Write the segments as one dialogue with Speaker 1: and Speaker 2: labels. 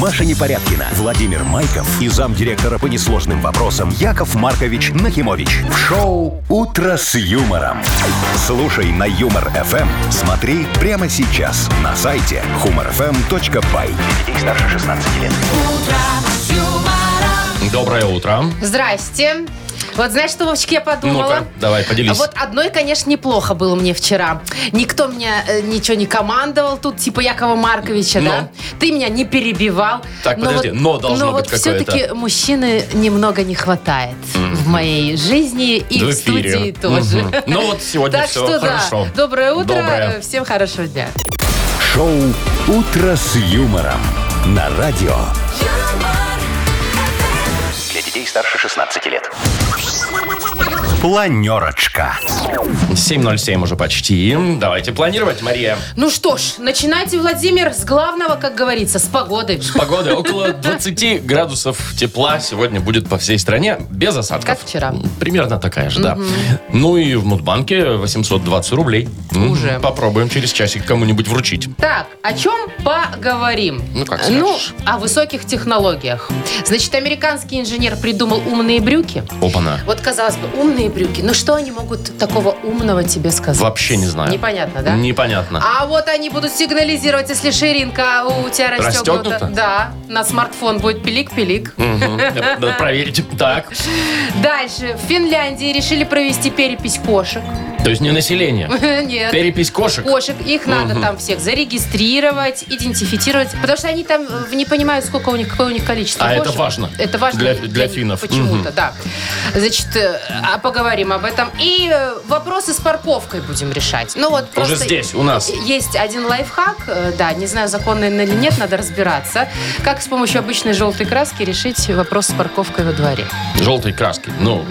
Speaker 1: Маша Непорядкина, Владимир Майков и замдиректора по несложным вопросам Яков Маркович Нахимович. В шоу «Утро с юмором». Слушай на «Юмор-ФМ». Смотри прямо сейчас на сайте humorfm.by. Для детей старше 16 лет.
Speaker 2: Доброе утро.
Speaker 3: Здрасте. Вот знаешь, что, Вовчик, я подумала?
Speaker 2: Ну-ка, давай, поделись.
Speaker 3: А Вот одной, конечно, неплохо было мне вчера. Никто меня э, ничего не командовал тут, типа Якова Марковича,
Speaker 2: Ну?
Speaker 3: да? Ты меня не перебивал.
Speaker 2: Так, подожди, но должно
Speaker 3: но
Speaker 2: быть
Speaker 3: вот
Speaker 2: какое-то.
Speaker 3: все-таки мужчины немного не хватает в моей жизни и
Speaker 2: В
Speaker 3: в,
Speaker 2: эфире.
Speaker 3: студии тоже.
Speaker 2: Мгм. Ну вот сегодня
Speaker 3: так
Speaker 2: всё
Speaker 3: что, да.
Speaker 2: хорошо.
Speaker 3: Доброе утро,
Speaker 2: Доброе.
Speaker 3: э, всем хорошего дня.
Speaker 1: Шоу «Утро с юмором» на радио.
Speaker 4: Для детей старше 16 лет.
Speaker 1: Планерочка.
Speaker 2: 7.07 уже почти. Давайте планировать, Мария.
Speaker 3: Ну что ж, начинайте, Владимир, с главного, как говорится, с погоды.
Speaker 2: Погода около 20 градусов тепла сегодня будет по всей стране, без осадков.
Speaker 3: Как вчера.
Speaker 2: Примерно такая же, да. Ну и в Мудбанке 820 рублей. М,
Speaker 3: Уже.
Speaker 2: Попробуем через часик кому-нибудь вручить.
Speaker 3: Так, о чем поговорим?
Speaker 2: Ну, как
Speaker 3: Ну,
Speaker 2: скажешь.
Speaker 3: о высоких технологиях. Значит, американский инженер придумал умные брюки.
Speaker 2: Опана.
Speaker 3: Вот, казалось бы, умные брюки. Ну, что они могут такого умного тебе сказать?
Speaker 2: Вообще не знаю.
Speaker 3: Непонятно, да?
Speaker 2: Непонятно.
Speaker 3: А вот они будут сигнализировать, если ширинка у тебя расстегнута.
Speaker 2: Расстегнута?
Speaker 3: Да, на смартфон будет пилик-пилик.
Speaker 2: Мгм. Надо проверить. Так.
Speaker 3: Дальше. В Финляндии решили провести перепись кошек.
Speaker 2: То есть не население.
Speaker 3: Нет.
Speaker 2: Перепись кошек.
Speaker 3: кошек, их надо там всех зарегистрировать, идентифицировать, потому что они там э, не понимают, сколько у них, какое у них количество
Speaker 2: А это
Speaker 3: кошек.
Speaker 2: важно.
Speaker 3: Это важно
Speaker 2: Для-
Speaker 3: них
Speaker 2: для финнов.
Speaker 3: Почему-то,
Speaker 2: Мгм.
Speaker 3: да. Значит, э, а поговорим об этом. И э, вопросы с парковкой будем решать. Ну вот просто...
Speaker 2: Уже здесь, у нас.
Speaker 3: Есть один лайфхак, э, да, не знаю, законный он или нет, надо разбираться. Как с помощью обычной желтой краски решить вопрос с парковкой во дворе?
Speaker 2: Желтой краски. Ну,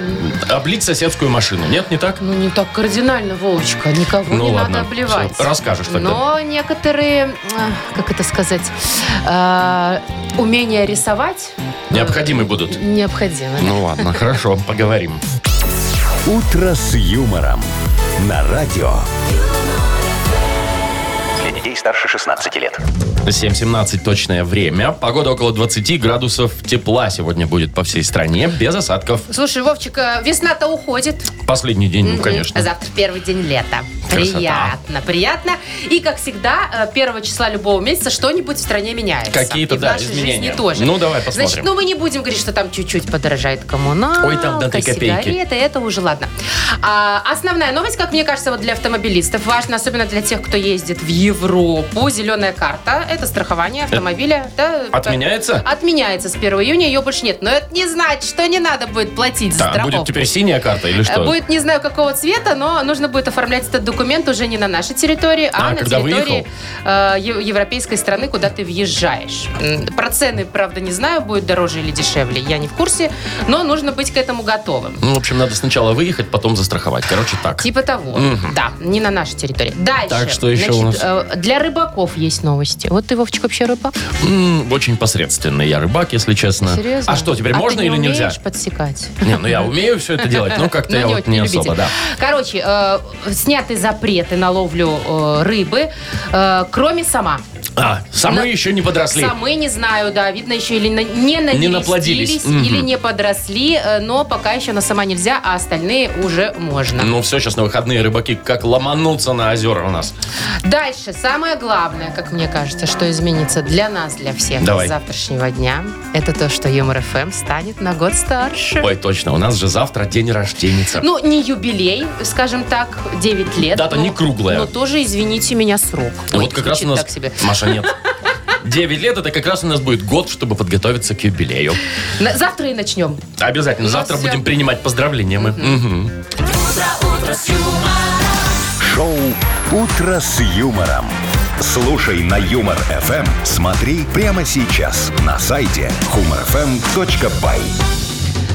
Speaker 2: облить соседскую машину. Нет, не так?
Speaker 3: Ну, не так кардинально, Вовочка. Никого
Speaker 2: Ну
Speaker 3: не
Speaker 2: ладно,
Speaker 3: надо обливать.
Speaker 2: всё, расскажешь тогда.
Speaker 3: Но некоторые, э, как это сказать, э, умения рисовать
Speaker 2: Необходимы будут.
Speaker 3: необходимы.
Speaker 2: Ну ладно, хорошо, поговорим.
Speaker 1: «Утро с юмором» на радио.
Speaker 4: Для детей старше 16 лет.
Speaker 2: 7.17 точное время. Погода около 20 градусов тепла сегодня будет по всей стране, без осадков.
Speaker 3: Слушай, Вовчик, э, весна-то уходит.
Speaker 2: Последний день, ну,
Speaker 3: Мгм.
Speaker 2: конечно.
Speaker 3: А Завтра первый день лета.
Speaker 2: Красота.
Speaker 3: Приятно, приятно. И, как всегда, э, первого числа любого месяца что-нибудь в стране меняется.
Speaker 2: Какие-то,
Speaker 3: И в
Speaker 2: да,
Speaker 3: нашей
Speaker 2: изменения.
Speaker 3: жизни тоже.
Speaker 2: Ну, давай посмотрим.
Speaker 3: Значит, ну мы не будем говорить, что там чуть-чуть подорожает коммуналка,
Speaker 2: Ой, там до три копейки.
Speaker 3: сигареты, это уже ладно. А, основная новость, как мне кажется, вот для автомобилистов важно, особенно для тех, кто ездит в Европу. Зеленая карта – это страхование автомобиля. да,
Speaker 2: Отменяется?
Speaker 3: Отменяется с 1 июня, ее больше нет. Но это не значит, что не надо будет платить за
Speaker 2: Да,
Speaker 3: страховку.
Speaker 2: будет теперь синяя карта или что?
Speaker 3: Э, Будет не знаю какого цвета, но нужно будет оформлять этот документ уже не на нашей территории, а,
Speaker 2: А,
Speaker 3: на
Speaker 2: когда
Speaker 3: территории
Speaker 2: выехал?
Speaker 3: э, е- европейской страны, куда ты въезжаешь. М, Про цены, правда, не знаю, будет дороже или дешевле, я не в курсе, но нужно быть к этому готовым.
Speaker 2: Ну, в общем, надо сначала выехать, потом застраховать. Короче, так.
Speaker 3: Типа того. Да, не на нашей территории. Дальше.
Speaker 2: Так, что еще у
Speaker 3: Значит, э, Для рыбаков есть новости. Вот ты, Вовчик, вообще рыбак?
Speaker 2: М, очень посредственный я рыбак, если честно.
Speaker 3: Серьезно?
Speaker 2: А что, теперь
Speaker 3: А
Speaker 2: можно
Speaker 3: ты не
Speaker 2: или нельзя?
Speaker 3: умеешь подсекать?
Speaker 2: Не, ну я умею все это делать, но как-то
Speaker 3: Ну,
Speaker 2: я вот
Speaker 3: очень
Speaker 2: не
Speaker 3: любитель.
Speaker 2: особо, да.
Speaker 3: Короче, э, сняты запреты на ловлю э, рыбы, э, кроме сама.
Speaker 2: А, самы еще не подросли.
Speaker 3: Самы, не знаю, да, видно еще или на- не
Speaker 2: Не наплодились.
Speaker 3: наплодились, или
Speaker 2: Мгм.
Speaker 3: не подросли, э, но пока еще на сама нельзя, а остальные уже можно.
Speaker 2: Ну все, сейчас на выходные рыбаки как ломанутся на озера у нас.
Speaker 3: Дальше, самое главное, как мне кажется, что изменится для нас, для всех
Speaker 2: Давай.
Speaker 3: с завтрашнего дня, это то, что Юмор ФМ станет на год старше.
Speaker 2: Ой, точно, у нас же завтра день рождения.
Speaker 3: Ну, не юбилей, скажем так, 9 лет.
Speaker 2: Дата
Speaker 3: но-
Speaker 2: не круглая.
Speaker 3: Но тоже, извините меня, срок.
Speaker 2: Ну,
Speaker 3: Ой,
Speaker 2: вот как раз у
Speaker 3: звучит
Speaker 2: нас...
Speaker 3: так себе.
Speaker 2: Маша, нет. 9 лет, это как раз у нас будет год, чтобы подготовиться к юбилею.
Speaker 3: На- завтра и начнем.
Speaker 2: Обязательно.
Speaker 3: Ну,
Speaker 2: Завтра
Speaker 3: всё.
Speaker 2: будем принимать поздравления мы. Мгм.
Speaker 1: Шоу «Утро с юмором». Слушай на Юмор ФМ. Смотри прямо сейчас на сайте humorfm.by.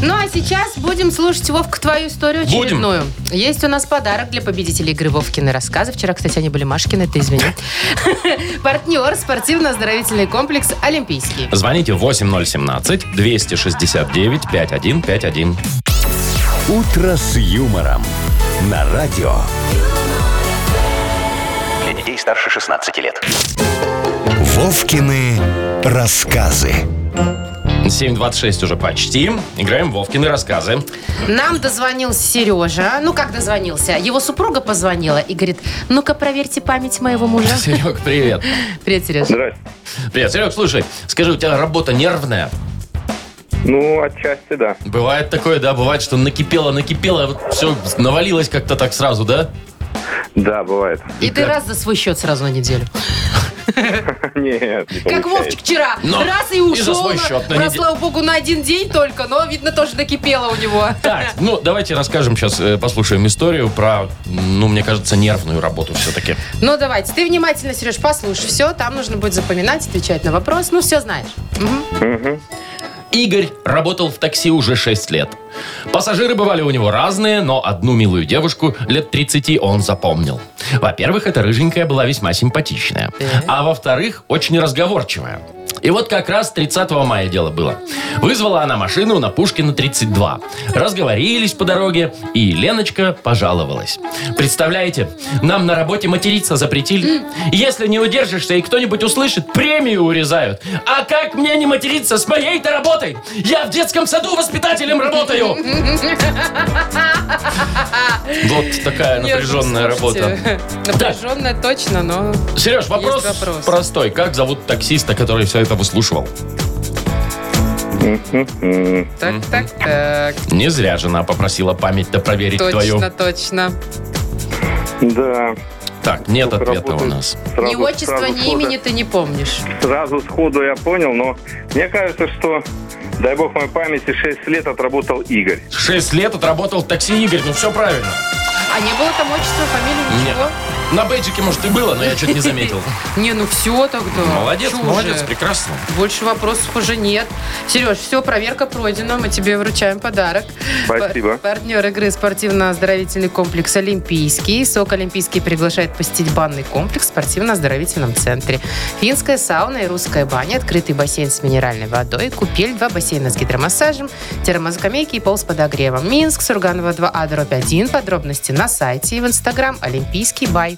Speaker 3: Ну, а сейчас будем слушать, Вовка, твою историю
Speaker 2: Будем.
Speaker 3: очередную. Есть у нас подарок для победителей игры «Вовкины рассказы». Вчера, кстати, они были Машкины, ты извини. Партнер, спортивно-оздоровительный комплекс «Олимпийский».
Speaker 2: Звоните 8017-269-5151.
Speaker 1: «Утро с юмором» на радио.
Speaker 4: Для детей старше 16 лет.
Speaker 1: Вовкины Рассказы.
Speaker 2: 7.26 уже почти. Играем в Вовкины рассказы.
Speaker 3: Нам дозвонился Сережа. Ну, как дозвонился? Его супруга позвонила и говорит, ну-ка проверьте память моего мужа.
Speaker 2: Серег, привет.
Speaker 3: Привет, Сережа.
Speaker 5: Здрасте.
Speaker 2: Привет, Серег, слушай, скажи, у тебя работа нервная?
Speaker 5: Ну, отчасти, да.
Speaker 2: Бывает такое, да, бывает, что накипело, накипело, вот все навалилось как-то так сразу, да?
Speaker 5: Да, бывает.
Speaker 3: И ты раз за свой счет сразу на неделю.
Speaker 5: Нет, не
Speaker 3: Как
Speaker 5: получается.
Speaker 3: Вовчик вчера.
Speaker 2: Но
Speaker 3: Раз и
Speaker 2: и за
Speaker 3: ушел.
Speaker 2: свой
Speaker 3: на-
Speaker 2: счет на
Speaker 3: про,
Speaker 2: неде-
Speaker 3: слава богу, на один день только, но, видно, тоже накипело у него.
Speaker 2: Так, ну давайте расскажем сейчас, э, послушаем историю про, ну, мне кажется, нервную работу все-таки.
Speaker 3: Ну, давайте. Ты внимательно, Сереж, послушай все. Там нужно будет запоминать, отвечать на вопрос. Ну, все знаешь. Мгм.
Speaker 2: Игорь работал в такси уже 6 лет. Пассажиры бывали у него разные, но одну милую девушку лет 30 он запомнил. Во-первых, эта рыженькая была весьма симпатичная. А во-вторых, очень разговорчивая. И вот как раз 30 мая дело было. Вызвала она машину на Пушкина 32. Разговорились по дороге, и Леночка пожаловалась. Представляете, нам на работе материться запретили. Если не удержишься и кто-нибудь услышит, премию урезают. А как мне не материться с моей-то работой? Я в детском саду воспитателем работаю. Вот такая
Speaker 3: Нет, ну,
Speaker 2: напряженная работа.
Speaker 3: слушайте, Напряженная точно, но...
Speaker 2: Сереж, вопрос,
Speaker 3: Есть вопрос.
Speaker 2: простой. Как зовут таксиста, который все это выслушивал?
Speaker 5: М,
Speaker 3: Так, так, так.
Speaker 2: Не зря жена попросила память-то проверить твою.
Speaker 3: Точно, точно.
Speaker 5: Да.
Speaker 2: Так, нет
Speaker 5: Тут
Speaker 2: ответа у
Speaker 5: работает
Speaker 2: нас.
Speaker 5: сразу-
Speaker 3: Ни отчества,
Speaker 5: сразу
Speaker 3: ни
Speaker 5: сходу-
Speaker 3: имени ты не помнишь.
Speaker 5: Сразу сходу я понял, но мне кажется, что, дай бог моей памяти, 6 лет отработал Игорь.
Speaker 2: Шесть лет отработал в такси Игорь, ну все правильно.
Speaker 3: А не было там отчества, фамилии,
Speaker 2: Нет.
Speaker 3: ничего?
Speaker 2: На бейджике, может, и было, но я что-то не заметил.
Speaker 3: Не, ну все тогда.
Speaker 2: Молодец,
Speaker 3: Чё
Speaker 2: молодец,
Speaker 3: уже?
Speaker 2: прекрасно.
Speaker 3: Больше вопросов уже нет. Сереж, все, проверка пройдена. Мы тебе вручаем подарок.
Speaker 5: Спасибо.
Speaker 3: Пар- партнер игры спортивно-оздоровительный комплекс «Олимпийский». «Сок Олимпийский» приглашает посетить банный комплекс в спортивно-оздоровительном центре. Финская сауна и русская баня, открытый бассейн с минеральной водой, купель, два бассейна с гидромассажем, термоскамейки и пол с подогревом. Минск, Сурганова 2А, дробь 1. Подробности на сайте и в инстаграм «Олимпийский бай».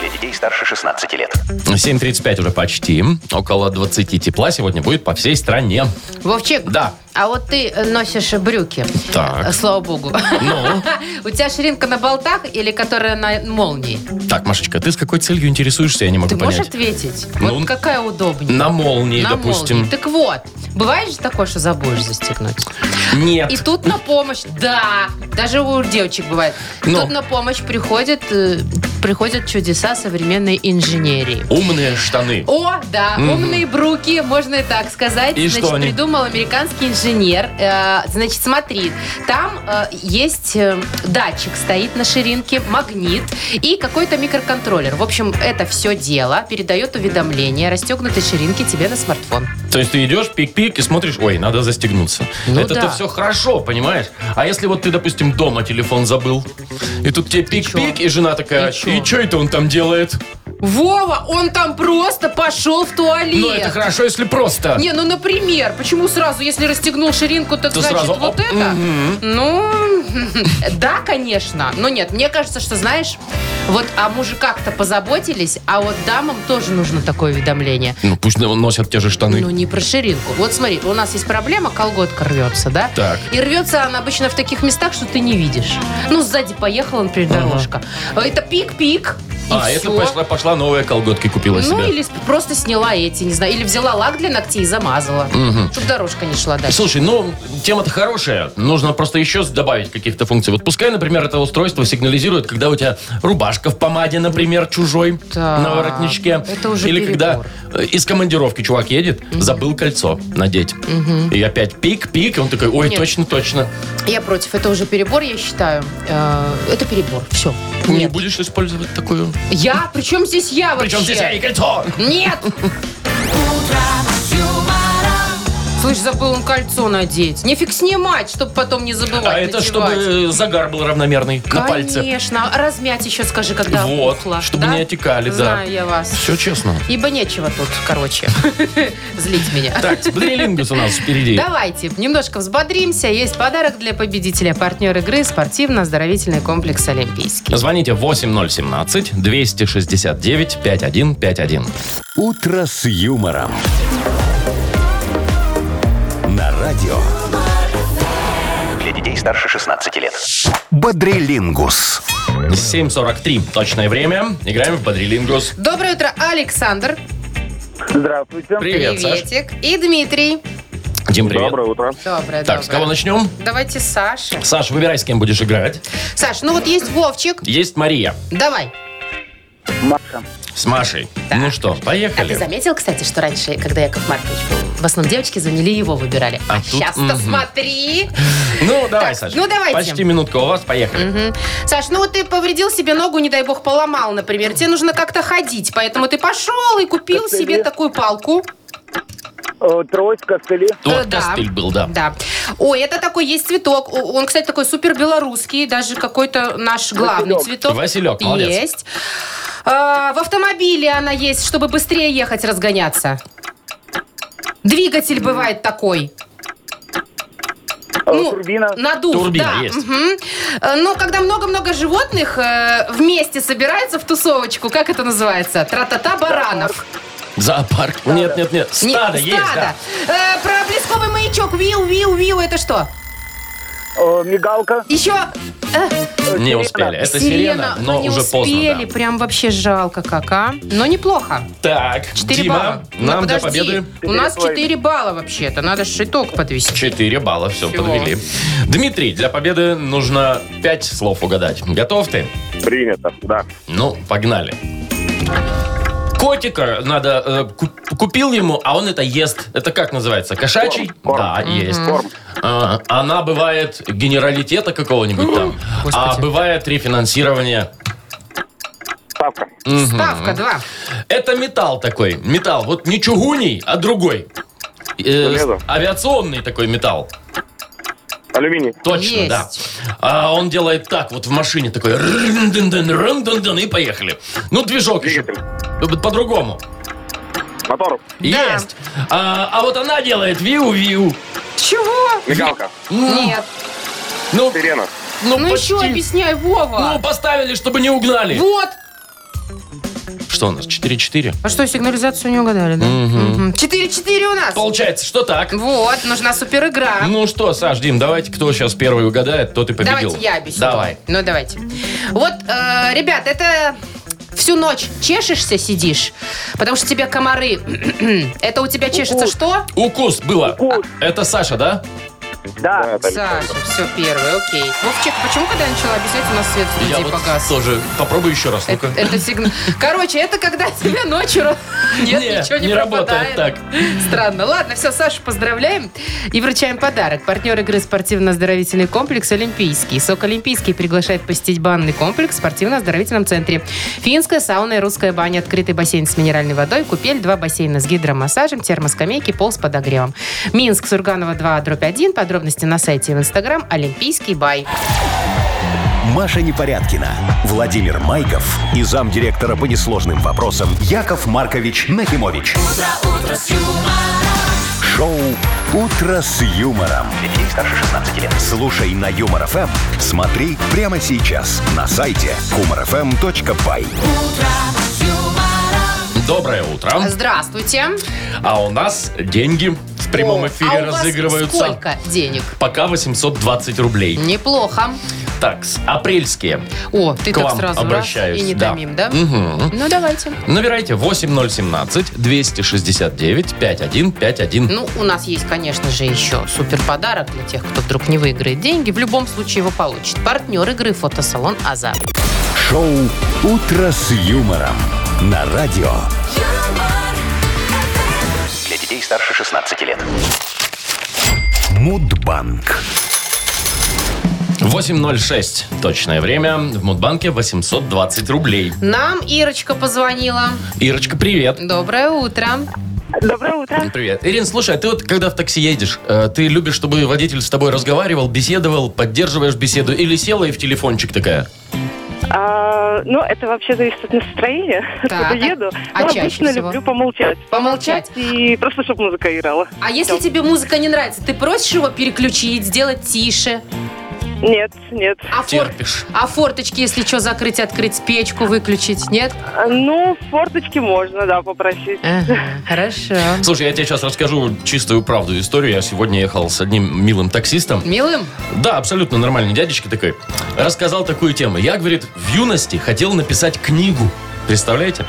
Speaker 4: Для детей старше 16 лет.
Speaker 2: 7.35 уже почти. Около 20 тепла сегодня будет по всей стране.
Speaker 3: Вовчик,
Speaker 2: Да.
Speaker 3: а вот ты э, носишь брюки.
Speaker 2: Так.
Speaker 3: Э, Слава богу.
Speaker 2: Ну,
Speaker 3: У тебя ширинка на болтах или которая на молнии?
Speaker 2: так, Машечка, ты с какой целью интересуешься, я не могу
Speaker 3: Ты можешь
Speaker 2: понять.
Speaker 3: ответить?
Speaker 2: Ну,
Speaker 3: Вот какая удобнее?
Speaker 2: На молнии,
Speaker 3: На
Speaker 2: допустим.
Speaker 3: молнии. Так вот, бывает же такое, что забудешь застегнуть.
Speaker 2: Нет.
Speaker 3: И тут на помощь, да, даже у девочек бывает.
Speaker 2: Ну.
Speaker 3: Тут на помощь приходят, э, приходят чудеса современной инженерии.
Speaker 2: Умные штаны.
Speaker 3: О, да, умные бруки, можно и так сказать.
Speaker 2: И
Speaker 3: значит,
Speaker 2: что они?
Speaker 3: придумал американский инженер. Э, значит, смотри, там э, есть э, датчик стоит на ширинке, магнит и какой-то микроконтроллер. В общем, это все дело передает уведомление о расстегнутой ширинке тебе на смартфон.
Speaker 2: То есть ты идешь, пик-пик, и смотришь, ой, надо застегнуться.
Speaker 3: Ну
Speaker 2: это
Speaker 3: да.
Speaker 2: ты все хорошо, понимаешь? А если вот ты, допустим, дома телефон забыл, и тут тебе пик-пик,
Speaker 3: чё?
Speaker 2: и жена такая,
Speaker 3: Ты чё?
Speaker 2: и что это он там делает?
Speaker 3: Вова, он там просто пошел в туалет.
Speaker 2: Ну, это хорошо, если просто.
Speaker 3: Не, ну, например, почему сразу, если расстегнул ширинку, так
Speaker 2: То
Speaker 3: значит
Speaker 2: сразу,
Speaker 3: вот
Speaker 2: оп,
Speaker 3: это? Ну, да, конечно. Но нет, мне кажется, что, знаешь, вот о мужиках-то позаботились, а вот дамам тоже нужно такое уведомление.
Speaker 2: Ну, пусть на- носят те же штаны.
Speaker 3: Ну, не про ширинку. Вот смотри, у нас есть проблема, колготка рвется, да?
Speaker 2: Так.
Speaker 3: И рвется она обычно в таких местах, что ты не видишь. Ну, сзади поехала, например, дорожка. Это пик-пик. и
Speaker 2: а, это
Speaker 3: всё.
Speaker 2: пошла, пошла новая колготки купила
Speaker 3: Ну,
Speaker 2: себе.
Speaker 3: или сп- просто сняла эти, не знаю. Или взяла лак для ногтей и замазала. Чтобы дорожка не шла дальше.
Speaker 2: Слушай, ну, тема-то хорошая. Нужно просто еще добавить каких-то функций. Вот пускай, например, это устройство сигнализирует, когда у тебя рубашка в помаде, например, чужой
Speaker 3: Так,
Speaker 2: на воротничке.
Speaker 3: это уже
Speaker 2: Или
Speaker 3: перебор.
Speaker 2: когда э, из командировки чувак едет, забыл кольцо надеть. И опять пик-пик, и он такой, ой,
Speaker 3: Нет.
Speaker 2: точно-точно.
Speaker 3: Я против. Это уже перебор, я считаю. Э, Это перебор. Все.
Speaker 2: Ну, Не
Speaker 3: Нет.
Speaker 2: будешь использовать такую?
Speaker 3: Я? Причем здесь я вообще?
Speaker 2: Причем здесь я и кольцо?
Speaker 3: Нет!
Speaker 6: с юмором.
Speaker 3: Слышь, забыл он кольцо надеть. Нифиг снимать, чтобы потом не забывать.
Speaker 2: А это
Speaker 3: надевать.
Speaker 2: чтобы э, загар был равномерный на пальце.
Speaker 3: Конечно. А Размять еще скажи, когда
Speaker 2: Вот,
Speaker 3: опухло,
Speaker 2: чтобы не отекали, да.
Speaker 3: Знаю я вас.
Speaker 2: Все честно.
Speaker 3: Ибо нечего тут, короче, злить меня.
Speaker 2: Так, Бодрилингус у нас впереди.
Speaker 3: Давайте немножко взбодримся. Есть подарок для победителя. Партнер игры спортивно-оздоровительный комплекс «Олимпийский».
Speaker 2: Звоните 8017-269-5151.
Speaker 1: «Утро с юмором». На радио
Speaker 4: Для детей старше 16 лет.
Speaker 1: «Бодрилингус».
Speaker 2: 7.43 точное время. Играем в Бодрилингус.
Speaker 3: Доброе утро, Александр.
Speaker 5: Здравствуйте.
Speaker 2: Привет, Саш.
Speaker 3: Приветик. И Дмитрий.
Speaker 2: Дим, привет.
Speaker 5: Доброе утро.
Speaker 3: Доброе,
Speaker 2: Так, с кого
Speaker 3: доброе.
Speaker 2: начнем?
Speaker 3: Давайте с Саши.
Speaker 2: Саш, выбирай, с кем будешь играть.
Speaker 3: Саш, ну вот есть Вовчик.
Speaker 2: Есть Мария
Speaker 3: Давай.
Speaker 5: Маша.
Speaker 2: с Машей. Ну что,
Speaker 3: А ты
Speaker 2: поехали.
Speaker 3: заметил, кстати, что раньше, когда Яков Маркович был, в основном девочки звонили и его выбирали.
Speaker 2: А
Speaker 3: А,
Speaker 2: тут,
Speaker 3: сейчас-то
Speaker 2: мгм.
Speaker 3: смотри.
Speaker 2: Ну, давай,
Speaker 3: Так,
Speaker 2: Саш.
Speaker 3: ну, давайте.
Speaker 2: Почти минутка у вас, поехали.
Speaker 3: Мгм. Саш, ну вот ты повредил себе ногу, не дай бог, поломал, например. Тебе нужно как-то ходить, поэтому ты пошел и купил себе такую палку.
Speaker 5: Трость, костыли.
Speaker 3: Э,
Speaker 2: Вот
Speaker 3: да.
Speaker 2: костыль был, да.
Speaker 3: Да. Ой, это такой есть цветок. О, Он, кстати, такой супер белорусский, даже какой-то наш главный цветок.
Speaker 2: Василек, молодец.
Speaker 3: Есть. А, в автомобиле она есть, чтобы быстрее ехать, разгоняться. Двигатель бывает такой. Ну,
Speaker 5: Турбина.
Speaker 3: Надув,
Speaker 2: Турбина
Speaker 3: да.
Speaker 2: есть.
Speaker 3: мгм. Э, Но когда много-много животных э, вместе собираются в тусовочку, как это называется? Тра-та-та баранов.
Speaker 2: Зоопарк. Нет, нет, нет.
Speaker 3: Не,
Speaker 2: Стадо есть, да.
Speaker 3: Э, проблесковый маячок. Вил, вил, вил. Это что?
Speaker 5: Мигалка.
Speaker 3: Еще э, Ну,
Speaker 2: Не успели. Это сирена, но
Speaker 3: не
Speaker 2: уже
Speaker 3: успели.
Speaker 2: поздно. да.
Speaker 3: Прям вообще жалко как, а? Но неплохо.
Speaker 2: Так,
Speaker 3: 4
Speaker 2: Дима,
Speaker 3: балла. Ну,
Speaker 2: нам до
Speaker 3: подожди.
Speaker 2: победы
Speaker 3: У нас
Speaker 5: Четыре с
Speaker 3: 4 балла вообще-то. Надо ж итог подвести.
Speaker 2: 4 балла, все,
Speaker 3: Всего.
Speaker 2: подвели. Дмитрий, для победы нужно 5 слов угадать. Готов ты?
Speaker 5: Принято, да.
Speaker 2: Ну, погнали. Котика надо... э, ку- купил ему, а он это ест. Это как называется? Кошачий?
Speaker 5: корм.
Speaker 2: Да, есть.
Speaker 5: Корм.
Speaker 2: А, она бывает генералитета какого-нибудь там. А
Speaker 3: Господи.
Speaker 2: бывает рефинансирование.
Speaker 5: Ставка.
Speaker 3: Ставка 2.
Speaker 2: Это металл такой. Металл. Вот не чугуний, а другой. Э,
Speaker 5: Железо.
Speaker 2: авиационный такой металл.
Speaker 5: Алюминий.
Speaker 2: Точно,
Speaker 3: Есть.
Speaker 2: да. А он делает так, вот в машине такой, рын-дын-дын, рын-дын-дын, и поехали. Ну, движок еще.
Speaker 5: Двигатель.
Speaker 2: По-другому.
Speaker 5: Мотор.
Speaker 3: Да.
Speaker 2: Есть. А, а вот она делает виу-виу.
Speaker 3: Чего?
Speaker 5: Мигалка.
Speaker 3: Нет.
Speaker 2: Ну,
Speaker 5: Сирена.
Speaker 2: ну,
Speaker 3: Ну
Speaker 2: почти.
Speaker 3: еще объясняй,
Speaker 2: Ну,
Speaker 3: Вова.
Speaker 2: поставили, чтобы не угнали.
Speaker 3: Вот.
Speaker 2: Что у нас, 4-4?
Speaker 3: А что, сигнализацию не угадали, да? 4-4 у нас.
Speaker 2: Получается, что так?
Speaker 3: Вот, нужна супер игра.
Speaker 2: Ну что, Саш, Дим, давайте, кто сейчас первый угадает, тот и победил.
Speaker 3: Давайте я объясню.
Speaker 2: Давай.
Speaker 3: Ну, давайте. Вот, э, ребят, это всю ночь чешешься, сидишь, потому что тебе комары. Это у тебя чешется что?
Speaker 2: Укус было.
Speaker 5: Укус.
Speaker 2: Это Саша, да?
Speaker 5: Да. это
Speaker 3: Саша, все первое, окей. Вовчик, почему, когда я начала объяснять, у нас свет
Speaker 2: я
Speaker 3: впереди
Speaker 2: вот
Speaker 3: погас?
Speaker 2: тоже. Попробуй еще раз,
Speaker 3: Это,
Speaker 2: ну-ка.
Speaker 3: это сигнал. Короче, это когда тебе ночью... ро- Нет,
Speaker 2: Не,
Speaker 3: ничего не,
Speaker 2: не работает
Speaker 3: пропадает.
Speaker 2: так.
Speaker 3: Странно. Ладно, все, Сашу поздравляем и вручаем подарок. Партнер игры спортивно-оздоровительный комплекс «Олимпийский». СОК «Олимпийский» приглашает посетить банный комплекс в спортивно-оздоровительном центре. Финская сауна и русская баня, открытый бассейн с минеральной водой, купель, два бассейна с гидромассажем, термоскамейки, пол с подогревом. Минск, Сурганова 2, дробь 1. Подробности на сайте и в Инстаграм «Олимпийский бай».
Speaker 1: Маша Непорядкина, Владимир Майков и замдиректора по несложным вопросам Яков Маркович Нахимович. Шоу Утро с юмором.
Speaker 4: Для детей старше 16 лет.
Speaker 1: Слушай на Юмор ФМ, смотри прямо сейчас на сайте humorfm.by.
Speaker 2: Доброе утро.
Speaker 3: Здравствуйте.
Speaker 2: А у нас деньги в прямом эфире
Speaker 3: а у вас
Speaker 2: разыгрываются.
Speaker 3: сколько денег?
Speaker 2: Пока 820 рублей.
Speaker 3: Неплохо.
Speaker 2: Так, с- апрельские.
Speaker 3: О, ты
Speaker 2: К
Speaker 3: так
Speaker 2: вам
Speaker 3: сразу
Speaker 2: обращаюсь,
Speaker 3: раз и не
Speaker 2: да.
Speaker 3: томим, да?
Speaker 2: Мгм.
Speaker 3: Ну, давайте.
Speaker 2: Набирайте 8017-269-5151.
Speaker 3: Ну, у нас есть, конечно же, еще супер подарок для тех, кто вдруг не выиграет деньги. В любом случае его получит. Партнер игры фотосалон Азар.
Speaker 1: Шоу Утро с юмором на радио.
Speaker 4: Для детей старше 16 лет.
Speaker 1: Мудбанк.
Speaker 2: 8.06. Точное время. В Мудбанке 820 рублей.
Speaker 3: Нам Ирочка позвонила.
Speaker 2: Ирочка, привет.
Speaker 3: Доброе утро.
Speaker 6: Доброе утро.
Speaker 2: Привет. Ирин, слушай, а ты вот когда в такси едешь, э, ты любишь, чтобы водитель с тобой разговаривал, беседовал, поддерживаешь беседу или села и в телефончик такая?
Speaker 6: А, ну, это вообще зависит от настроения,
Speaker 3: Так.
Speaker 6: откуда еду.
Speaker 3: А
Speaker 6: Но
Speaker 3: чаще
Speaker 6: обычно
Speaker 3: всего?
Speaker 6: люблю помолчать.
Speaker 3: Помолчать?
Speaker 6: И просто, чтобы музыка играла.
Speaker 7: А если тебе музыка не нравится, ты просишь его переключить, сделать тише?
Speaker 6: Нет, нет.
Speaker 7: А, фор-
Speaker 2: Терпишь.
Speaker 7: а форточки, если что, закрыть, открыть, печку выключить? Нет?
Speaker 6: А, Ну, форточки можно, да, попросить.
Speaker 3: Ага, хорошо.
Speaker 2: Слушай, я тебе сейчас расскажу чистую правду историю. Я сегодня ехал с одним милым таксистом.
Speaker 3: Милым?
Speaker 2: Да, абсолютно нормальный дядечка такой. Рассказал такую тему. Я, говорит, в юности хотел написать книгу. Представляете?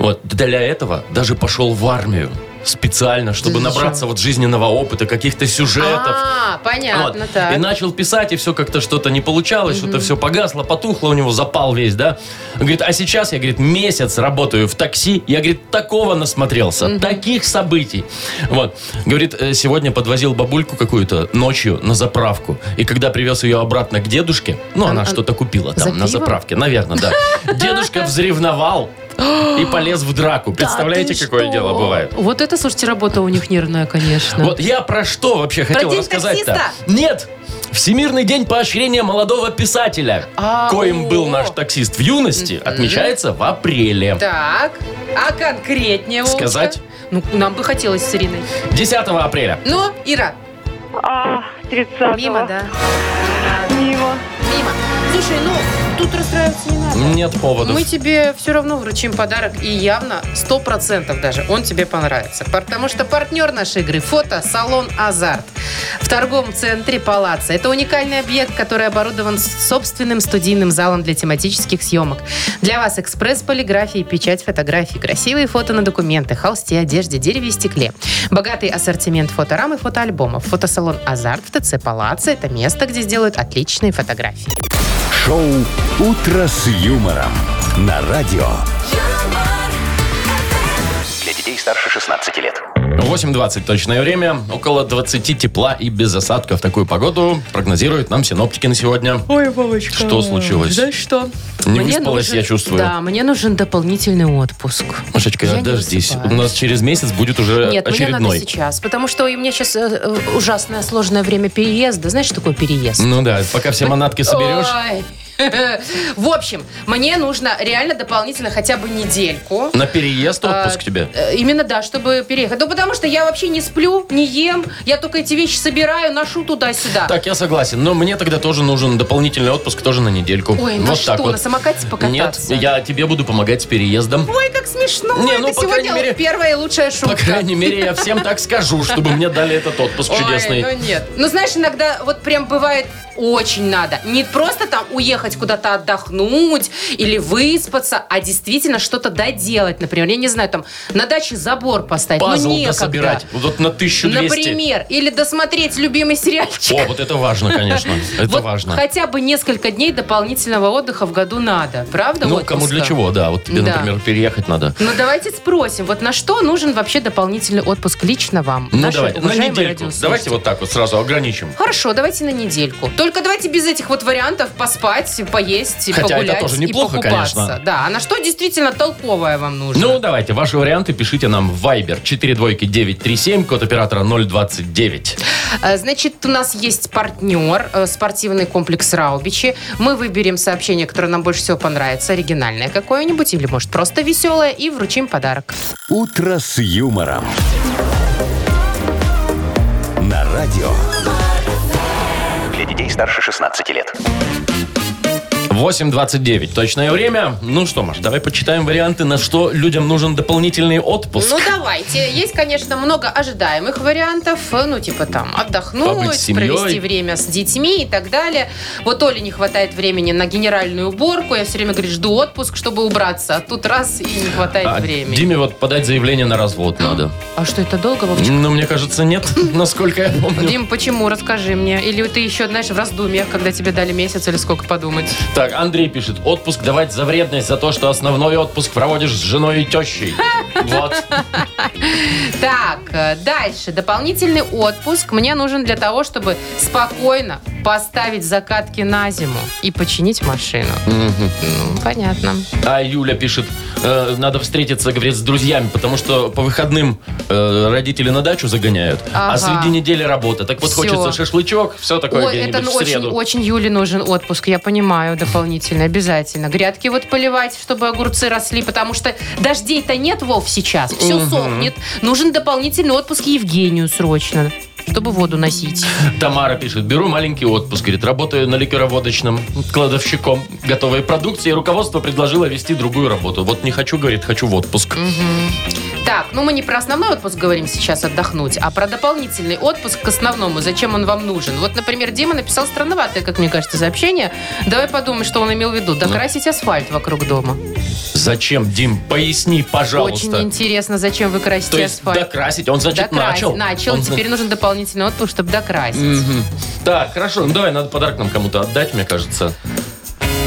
Speaker 2: Вот. Для этого даже пошел в армию. Специально, чтобы
Speaker 3: Да зачем?
Speaker 2: набраться вот жизненного опыта, каких-то сюжетов.
Speaker 3: А, понятно,
Speaker 2: Вот. И
Speaker 3: так.
Speaker 2: начал писать, и все как-то что-то не получалось, что-то все погасло, потухло у него, запал весь, да. Он говорит, а сейчас я, говорит, месяц работаю в такси, я, говорит, такого насмотрелся, таких событий. Вот. Говорит, «Э, сегодня подвозил бабульку какую-то ночью на заправку, и когда привез ее обратно к дедушке, ну, она что-то купила
Speaker 3: за
Speaker 2: там на
Speaker 3: пивом?
Speaker 2: заправке, наверное, да. Дедушка взревновал и полез в драку. Представляете,
Speaker 7: ты
Speaker 2: какое
Speaker 7: что?
Speaker 2: дело бывает?
Speaker 3: Вот это, слушайте, работа у них нервная, конечно.
Speaker 2: Вот я про что вообще хотел
Speaker 7: день
Speaker 2: рассказать-то?
Speaker 7: таксиста?
Speaker 2: Нет! Всемирный день поощрения молодого писателя,
Speaker 3: А,
Speaker 2: коим
Speaker 3: о.
Speaker 2: был наш таксист в юности, отмечается в апреле.
Speaker 3: Так, а конкретнее, Вовочка?
Speaker 2: Сказать?
Speaker 3: Ну, нам бы хотелось с Ириной.
Speaker 2: 10 апреля.
Speaker 3: Ну, Ира,
Speaker 6: А, 30
Speaker 3: мимо, да?
Speaker 6: Мимо.
Speaker 3: Мимо.
Speaker 7: Слушай, ну, тут расстраиваться не надо.
Speaker 2: Нет поводов.
Speaker 3: Мы тебе все равно вручим подарок, и явно, сто процентов даже, он тебе понравится. Потому что партнер нашей игры – фото-салон «Азарт» в торговом центре «Палаца». Это уникальный объект, который оборудован с- собственным студийным залом для тематических съемок. Для вас экспресс полиграфии, печать фотографий, красивые фото на документы, холсте, одежде, дереве и стекле. Богатый ассортимент фоторам и фотоальбомов. Фотосалон «Азарт» в ТЦ «Палаца» – это место, где сделают отличные фотографии.
Speaker 1: Шоу «Утро с юмором» на радио.
Speaker 4: Для детей старше 16 лет.
Speaker 2: 8.20 точное время. Около 20 тепла и без осадков. Такую погоду прогнозируют нам синоптики на сегодня.
Speaker 3: Ой, Вовочка.
Speaker 2: Что случилось?
Speaker 3: Да что?
Speaker 2: Не выспалась, я чувствую.
Speaker 3: Да, мне нужен дополнительный отпуск.
Speaker 2: Машечка,
Speaker 3: Я не ну
Speaker 2: дождись. У
Speaker 3: высыпаюсь.
Speaker 2: нас через месяц будет уже
Speaker 7: Нет, мне надо
Speaker 2: Э, очередной.
Speaker 7: сейчас, потому что у меня сейчас
Speaker 3: э,
Speaker 7: ужасное сложное время переезда. Знаешь, что такое переезд?
Speaker 2: Ну да, пока все манатки соберешь.
Speaker 3: Ой. В общем, мне нужно реально дополнительно хотя бы недельку.
Speaker 2: На переезд отпуск
Speaker 3: А,
Speaker 2: тебе.
Speaker 3: э, Именно, да, чтобы переехать. Ну, потому что я вообще не сплю, не ем. Я только эти вещи собираю, ношу туда-сюда.
Speaker 2: Так, я согласен. Но мне тогда тоже нужен дополнительный отпуск, тоже на недельку.
Speaker 3: Ой,
Speaker 2: вот
Speaker 3: на что,
Speaker 2: так вот.
Speaker 3: на самокате покататься?
Speaker 2: Нет, я тебе буду помогать с переездом.
Speaker 3: Ой, как смешно.
Speaker 2: Не,
Speaker 3: Это
Speaker 2: ну, по крайней
Speaker 3: сегодня
Speaker 2: мере-
Speaker 3: первая и лучшая шутка.
Speaker 2: По крайней мере, я всем так скажу, чтобы мне дали этот отпуск
Speaker 3: Ой,
Speaker 2: чудесный.
Speaker 3: ну нет. Ну, знаешь, иногда вот прям бывает очень надо. Не просто там уехать куда-то отдохнуть или выспаться, а действительно что-то доделать. Например, я не знаю, там на даче забор поставить.
Speaker 2: Пазл
Speaker 3: ну, некогда.
Speaker 2: дособирать. Вот на 1200.
Speaker 3: Например, или досмотреть любимый сериальчик.
Speaker 2: О, вот это важно, конечно. Это
Speaker 3: Вот
Speaker 2: важно.
Speaker 3: Хотя бы несколько дней дополнительного отдыха в году надо, правда?
Speaker 2: Ну,
Speaker 3: отпуска?
Speaker 2: кому для чего, да. Вот тебе,
Speaker 3: Да.
Speaker 2: например, переехать надо.
Speaker 3: Ну, давайте спросим, вот на что нужен вообще дополнительный отпуск лично вам?
Speaker 2: Ну,
Speaker 3: наши
Speaker 2: давайте, на
Speaker 3: уважаемые
Speaker 2: недельку.
Speaker 3: радиослушатели?
Speaker 2: Давайте вот так вот сразу ограничим.
Speaker 3: Хорошо, давайте на недельку. Только давайте без этих вот вариантов поспать, поесть, и
Speaker 2: Хотя это
Speaker 3: погулять
Speaker 2: тоже
Speaker 3: и
Speaker 2: неплохо,
Speaker 3: покупаться.
Speaker 2: конечно.
Speaker 3: Да, а на что действительно толковое вам нужно?
Speaker 2: Ну, давайте, ваши варианты пишите нам в Viber 42937, код оператора 029.
Speaker 3: А, Значит, у нас есть партнер, э, спортивный комплекс Раубичи. Мы выберем сообщение, которое нам больше всего понравится, оригинальное какое-нибудь, или, может, просто веселое, и вручим подарок.
Speaker 1: «Утро с юмором». На радио.
Speaker 4: Для детей старше 16 лет.
Speaker 2: 8.29. Точное время. Ну что, Маш, давай почитаем варианты, на что людям нужен дополнительный отпуск.
Speaker 3: Ну, давайте. Есть, конечно, много ожидаемых вариантов. Э, Ну, типа там
Speaker 2: Побыть
Speaker 3: отдохнуть,
Speaker 2: с семьей.
Speaker 3: провести время с детьми и так далее. Вот Оле не хватает времени на генеральную уборку. Я все время, говорю, жду отпуск, чтобы убраться. А тут раз и не хватает
Speaker 2: А
Speaker 3: времени.
Speaker 2: Диме вот подать заявление на развод надо.
Speaker 3: А что, это долго, Вовчик?
Speaker 2: Ну, мне кажется, нет, насколько я помню.
Speaker 3: Дим, почему? Расскажи мне. Или ты еще, знаешь, в раздумьях, когда тебе дали месяц или сколько подумать.
Speaker 2: Так, Андрей пишет, отпуск давать за вредность, за то, что основной отпуск проводишь с женой и тещей. Вот.
Speaker 3: Так, э, дальше. Дополнительный отпуск мне нужен для того, чтобы спокойно поставить закатки на зиму и починить машину.
Speaker 2: Мгм.
Speaker 3: Ну, понятно.
Speaker 2: А Юля пишет, э, надо встретиться, говорит, с друзьями, потому что по выходным э, родители на дачу загоняют, а
Speaker 3: Ага.
Speaker 2: среди недели работа. Так вот
Speaker 3: Всё.
Speaker 2: хочется шашлычок, все такое
Speaker 3: Ой, это
Speaker 2: где-нибудь
Speaker 3: ну,
Speaker 2: в
Speaker 3: очень,
Speaker 2: среду.
Speaker 3: очень Юле нужен отпуск, я понимаю, дополнительно, обязательно. Грядки вот поливать, чтобы огурцы росли, потому что дождей-то нет, Вов, сейчас. Все сохнет. Нужен дополнительный отпуск Евгению срочно, чтобы воду носить.
Speaker 2: Тамара пишет, беру маленький отпуск, говорит, работаю на ликероводочном кладовщиком готовой продукции, и руководство предложило вести другую работу. Вот не хочу, говорит, хочу в отпуск.
Speaker 3: Так, ну мы не про основной отпуск говорим сейчас отдохнуть, а про дополнительный отпуск к основному. Зачем он вам нужен? Вот, например, Дима написал странноватое, как мне кажется, сообщение. Давай подумай, что он имел в виду. Докрасить асфальт вокруг дома.
Speaker 2: Зачем, Дим, поясни, пожалуйста.
Speaker 3: Очень интересно, зачем вы красите
Speaker 2: То есть
Speaker 3: асфальт.
Speaker 2: докрасить, он, значит,
Speaker 3: Докрасить.
Speaker 2: начал. Он-
Speaker 3: Теперь нужен дополнительный отпуск, чтобы докрасить.
Speaker 2: Мгм. Так, хорошо. Ну давай, надо подарок нам кому-то отдать, мне кажется.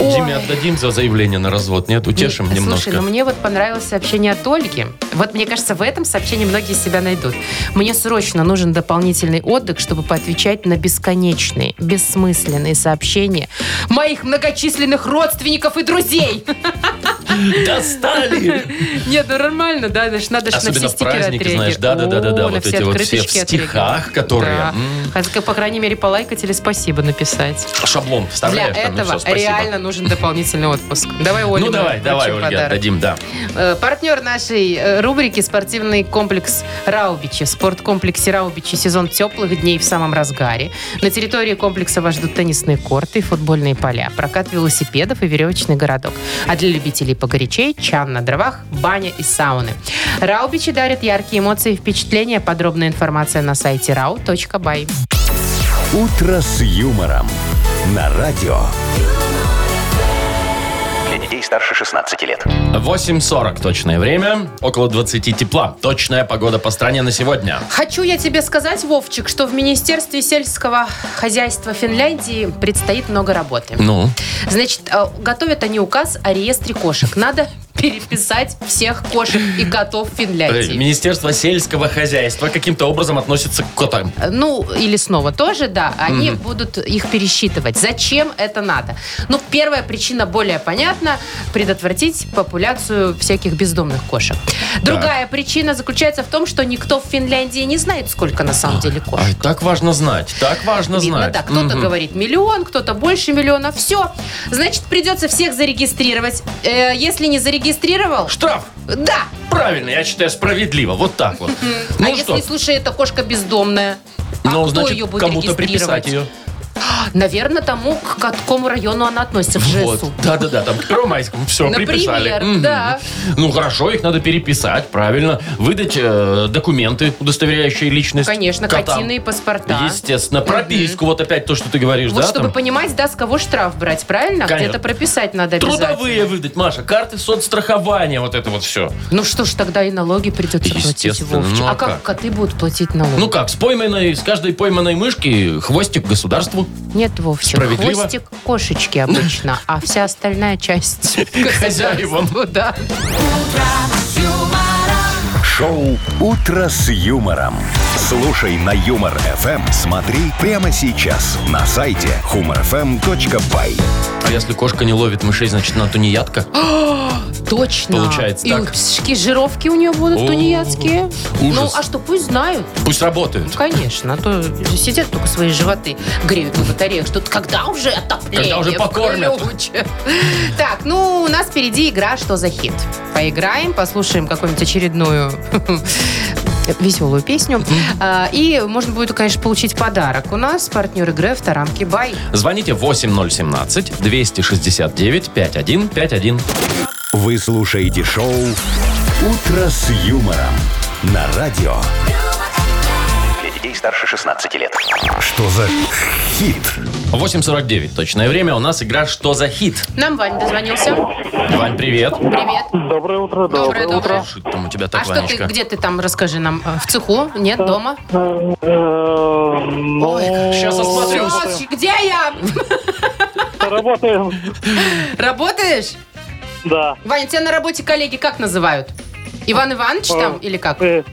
Speaker 3: Ой.
Speaker 2: Диме отдадим за заявление на развод. Нет, утешим
Speaker 3: Слушай,
Speaker 2: немножко.
Speaker 3: ну мне вот понравилось сообщение от Ольги. Вот мне кажется, в этом сообщении многие себя найдут. Мне срочно нужен дополнительный отдых, чтобы поотвечать на бесконечные, бессмысленные сообщения моих многочисленных родственников и друзей.
Speaker 2: Достали!
Speaker 3: Нет, ну нормально, да, значит, надо же на
Speaker 2: Особенно
Speaker 3: все
Speaker 2: в
Speaker 3: стикеры
Speaker 2: праздники, знаешь,
Speaker 3: отреагировать.
Speaker 2: да-да-да-да-да,
Speaker 3: О,
Speaker 2: вот эти
Speaker 3: на
Speaker 2: вот все в
Speaker 3: открыточки
Speaker 2: стихах,
Speaker 3: отреагировать.
Speaker 2: которые,
Speaker 3: Да.
Speaker 2: м.
Speaker 3: Хотя, по крайней мере, полайкать или спасибо написать.
Speaker 2: Шаблон
Speaker 3: Для
Speaker 2: вставляешь там, и
Speaker 3: этого
Speaker 2: всё, спасибо.
Speaker 3: реально нужен дополнительный отпуск. Давай, Оля.
Speaker 2: Ну давай, давай, Ольга, отдадим, да.
Speaker 3: Партнер Э, нашей э, рубрики спортивный комплекс Раубичи. В спорткомплексе Раубичи сезон теплых дней в самом разгаре. На территории комплекса вас ждут теннисные корты, и футбольные поля, прокат велосипедов и веревочный городок. А для любителей погорячей – чан на дровах, баня и сауны. Раубичи дарят яркие эмоции и впечатления. Подробная информация на сайте rau.by.
Speaker 1: «Утро с юмором» на радио.
Speaker 4: Для детей старше 16 лет.
Speaker 2: 8.40 точное время, около 20 тепла. Точная погода по стране на сегодня.
Speaker 3: Хочу я тебе сказать, Вовчик, что в Министерстве сельского хозяйства Финляндии предстоит много работы.
Speaker 2: Ну,
Speaker 3: Значит, э, готовят они указ о реестре кошек. Надо переписать всех кошек и котов
Speaker 2: э,
Speaker 3: Финляндии.
Speaker 2: Министерство сельского хозяйства каким-то образом относится к котам.
Speaker 3: Э, Ну, или снова тоже, да, они будут их пересчитывать. Зачем это надо? Ну, первая причина более понятна – предотвратить популяцию всяких бездомных кошек. Другая причина заключается в том, что никто в Финляндии не знает, сколько на самом деле кошек.
Speaker 2: Ай, так важно знать, так важно
Speaker 3: Видно,
Speaker 2: знать.
Speaker 3: да. Кто-то
Speaker 2: а Мгм.
Speaker 3: говорит миллион, кто-то больше миллиона. Все. Значит, придется всех зарегистрировать. Э, если не зарегистрировал,
Speaker 2: Штраф!
Speaker 3: да.
Speaker 2: Правильно, я считаю, справедливо. Вот так вот.
Speaker 3: а
Speaker 2: Ну что?
Speaker 3: если, слушай, эта кошка бездомная, а
Speaker 2: Ну,
Speaker 3: кто
Speaker 2: значит,
Speaker 3: ее будет
Speaker 2: кому-то
Speaker 3: регистрировать?
Speaker 2: приписать ее.
Speaker 3: Наверное, тому, к какому району она относится, в
Speaker 2: Вот.
Speaker 3: ЖЭСу.
Speaker 2: Да-да-да, там к Первомайскому все
Speaker 3: Например,
Speaker 2: приписали. Мгм.
Speaker 3: да.
Speaker 2: Ну хорошо, их надо переписать, правильно. Выдать э, документы, удостоверяющие личность.
Speaker 3: Конечно,
Speaker 2: котам.
Speaker 3: котиные паспорта.
Speaker 2: Естественно. Прописку, вот опять то, что ты говоришь,
Speaker 3: Вот
Speaker 2: да?
Speaker 3: чтобы
Speaker 2: там?
Speaker 3: понимать, да, с кого штраф брать, правильно?
Speaker 2: Конечно.
Speaker 3: Где-то прописать надо обязательно.
Speaker 2: Трудовые выдать, Маша, карты соцстрахования, вот это вот все.
Speaker 3: Ну что ж, тогда и налоги придется платить,
Speaker 2: Естественно,
Speaker 3: Вовчик.
Speaker 2: ну а
Speaker 3: а как
Speaker 2: как?
Speaker 3: коты будут платить налоги?
Speaker 2: Ну как, с пойманной, с каждой пойманной мышки хвостик государству.
Speaker 3: Нет, Вовчик,
Speaker 2: Справедливо?
Speaker 3: хвостик кошечки обычно, а вся остальная часть
Speaker 2: Хозяевам.
Speaker 3: государству, да.
Speaker 1: Шоу «Утро с юмором». Слушай на Юмор ФМ. Смотри прямо сейчас на сайте humorfm.by.
Speaker 2: А если кошка не ловит мышей, значит, она тунеядка?
Speaker 3: Точно.
Speaker 2: Получается
Speaker 3: И
Speaker 2: так.
Speaker 3: утки, жировки у нее будут
Speaker 2: О,
Speaker 3: тунеядские. Ну,
Speaker 2: ужас.
Speaker 3: а что, пусть знают.
Speaker 2: Пусть работают.
Speaker 3: Конечно, а то сидят только свои животы, греют на батареях. Что когда уже отопление?
Speaker 2: Когда уже покормят.
Speaker 3: включат? Так, ну, у нас впереди игра «Что за хит?». Поиграем, послушаем какую-нибудь очередную веселую песню. А, И можно будет, конечно, получить подарок. У нас партнер игры «Авторамки Бай».
Speaker 2: Звоните 8017-269-5151.
Speaker 1: Вы слушаете шоу «Утро с юмором» на радио.
Speaker 4: Для детей старше 16 лет.
Speaker 1: Что за хит?
Speaker 2: 8.49 точное время. У нас игра «Что за хит?».
Speaker 3: Нам Ваня дозвонился.
Speaker 2: Вань, привет.
Speaker 3: Привет.
Speaker 5: Доброе утро.
Speaker 3: Доброе, доброе.
Speaker 2: Шит там у тебя
Speaker 3: А
Speaker 2: так,
Speaker 3: что ты,
Speaker 2: Ванечка.
Speaker 3: где ты там, расскажи нам, э, в цеху? Нет, дома?
Speaker 5: Э, ну,
Speaker 2: Сейчас осмотрюсь.
Speaker 3: Ой, где я?
Speaker 5: Работаем.
Speaker 3: Работаешь?
Speaker 5: Да.
Speaker 3: Ваня, тебя на работе коллеги как называют? Иван Иванович там или как?
Speaker 5: Э,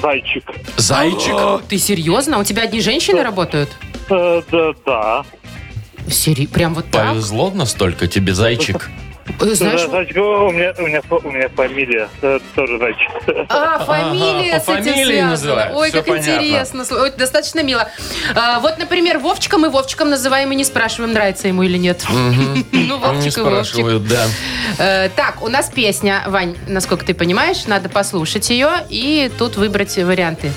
Speaker 5: Зайчик.
Speaker 2: Зайчик.
Speaker 3: Ты серьезно? У тебя одни женщины работают?
Speaker 5: Э, Да, да.
Speaker 3: Сери... Прям вот так?
Speaker 2: Повезло настолько тебе, зайчик.
Speaker 3: Э, Знаешь,
Speaker 8: Да, Зайчик, о, у меня, у меня, фа- у меня фамилия э, тоже Зайчик.
Speaker 3: А, фамилия
Speaker 2: Ага,
Speaker 3: с
Speaker 2: по
Speaker 3: этим
Speaker 2: фамилии
Speaker 3: связана.
Speaker 2: называют.
Speaker 3: Ой,
Speaker 2: Всё
Speaker 3: как
Speaker 2: понятно.
Speaker 3: интересно. Слу- Ой, достаточно мило. А, вот, например, Вовчика мы Вовчиком называем и не спрашиваем, нравится ему или нет. Ну,
Speaker 2: Не
Speaker 3: Вовчик и Вовчик.
Speaker 2: спрашивают, да.
Speaker 3: Э, Так, у нас песня, Вань, насколько ты понимаешь, надо послушать ее и тут выбрать варианты.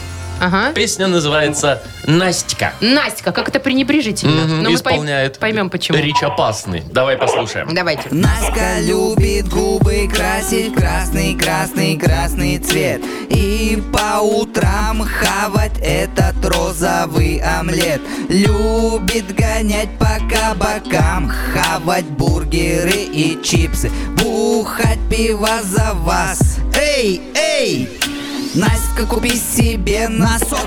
Speaker 3: Ага.
Speaker 2: Песня называется «Настика».
Speaker 3: Настя, как это пренебрежительно.
Speaker 2: Мгм,
Speaker 3: Но Ну, мы
Speaker 2: Исполняет
Speaker 3: поймем, почему.
Speaker 2: Речь опасный. Давай послушаем.
Speaker 3: Давайте.
Speaker 9: Наска любит губы красить красный, красный, красный цвет И по утрам А хавать этот розовый омлет Любит гонять по кабакам, хавать бургеры и чипсы Бухать пиво за вас Эй, эй! Наська, купи себе носок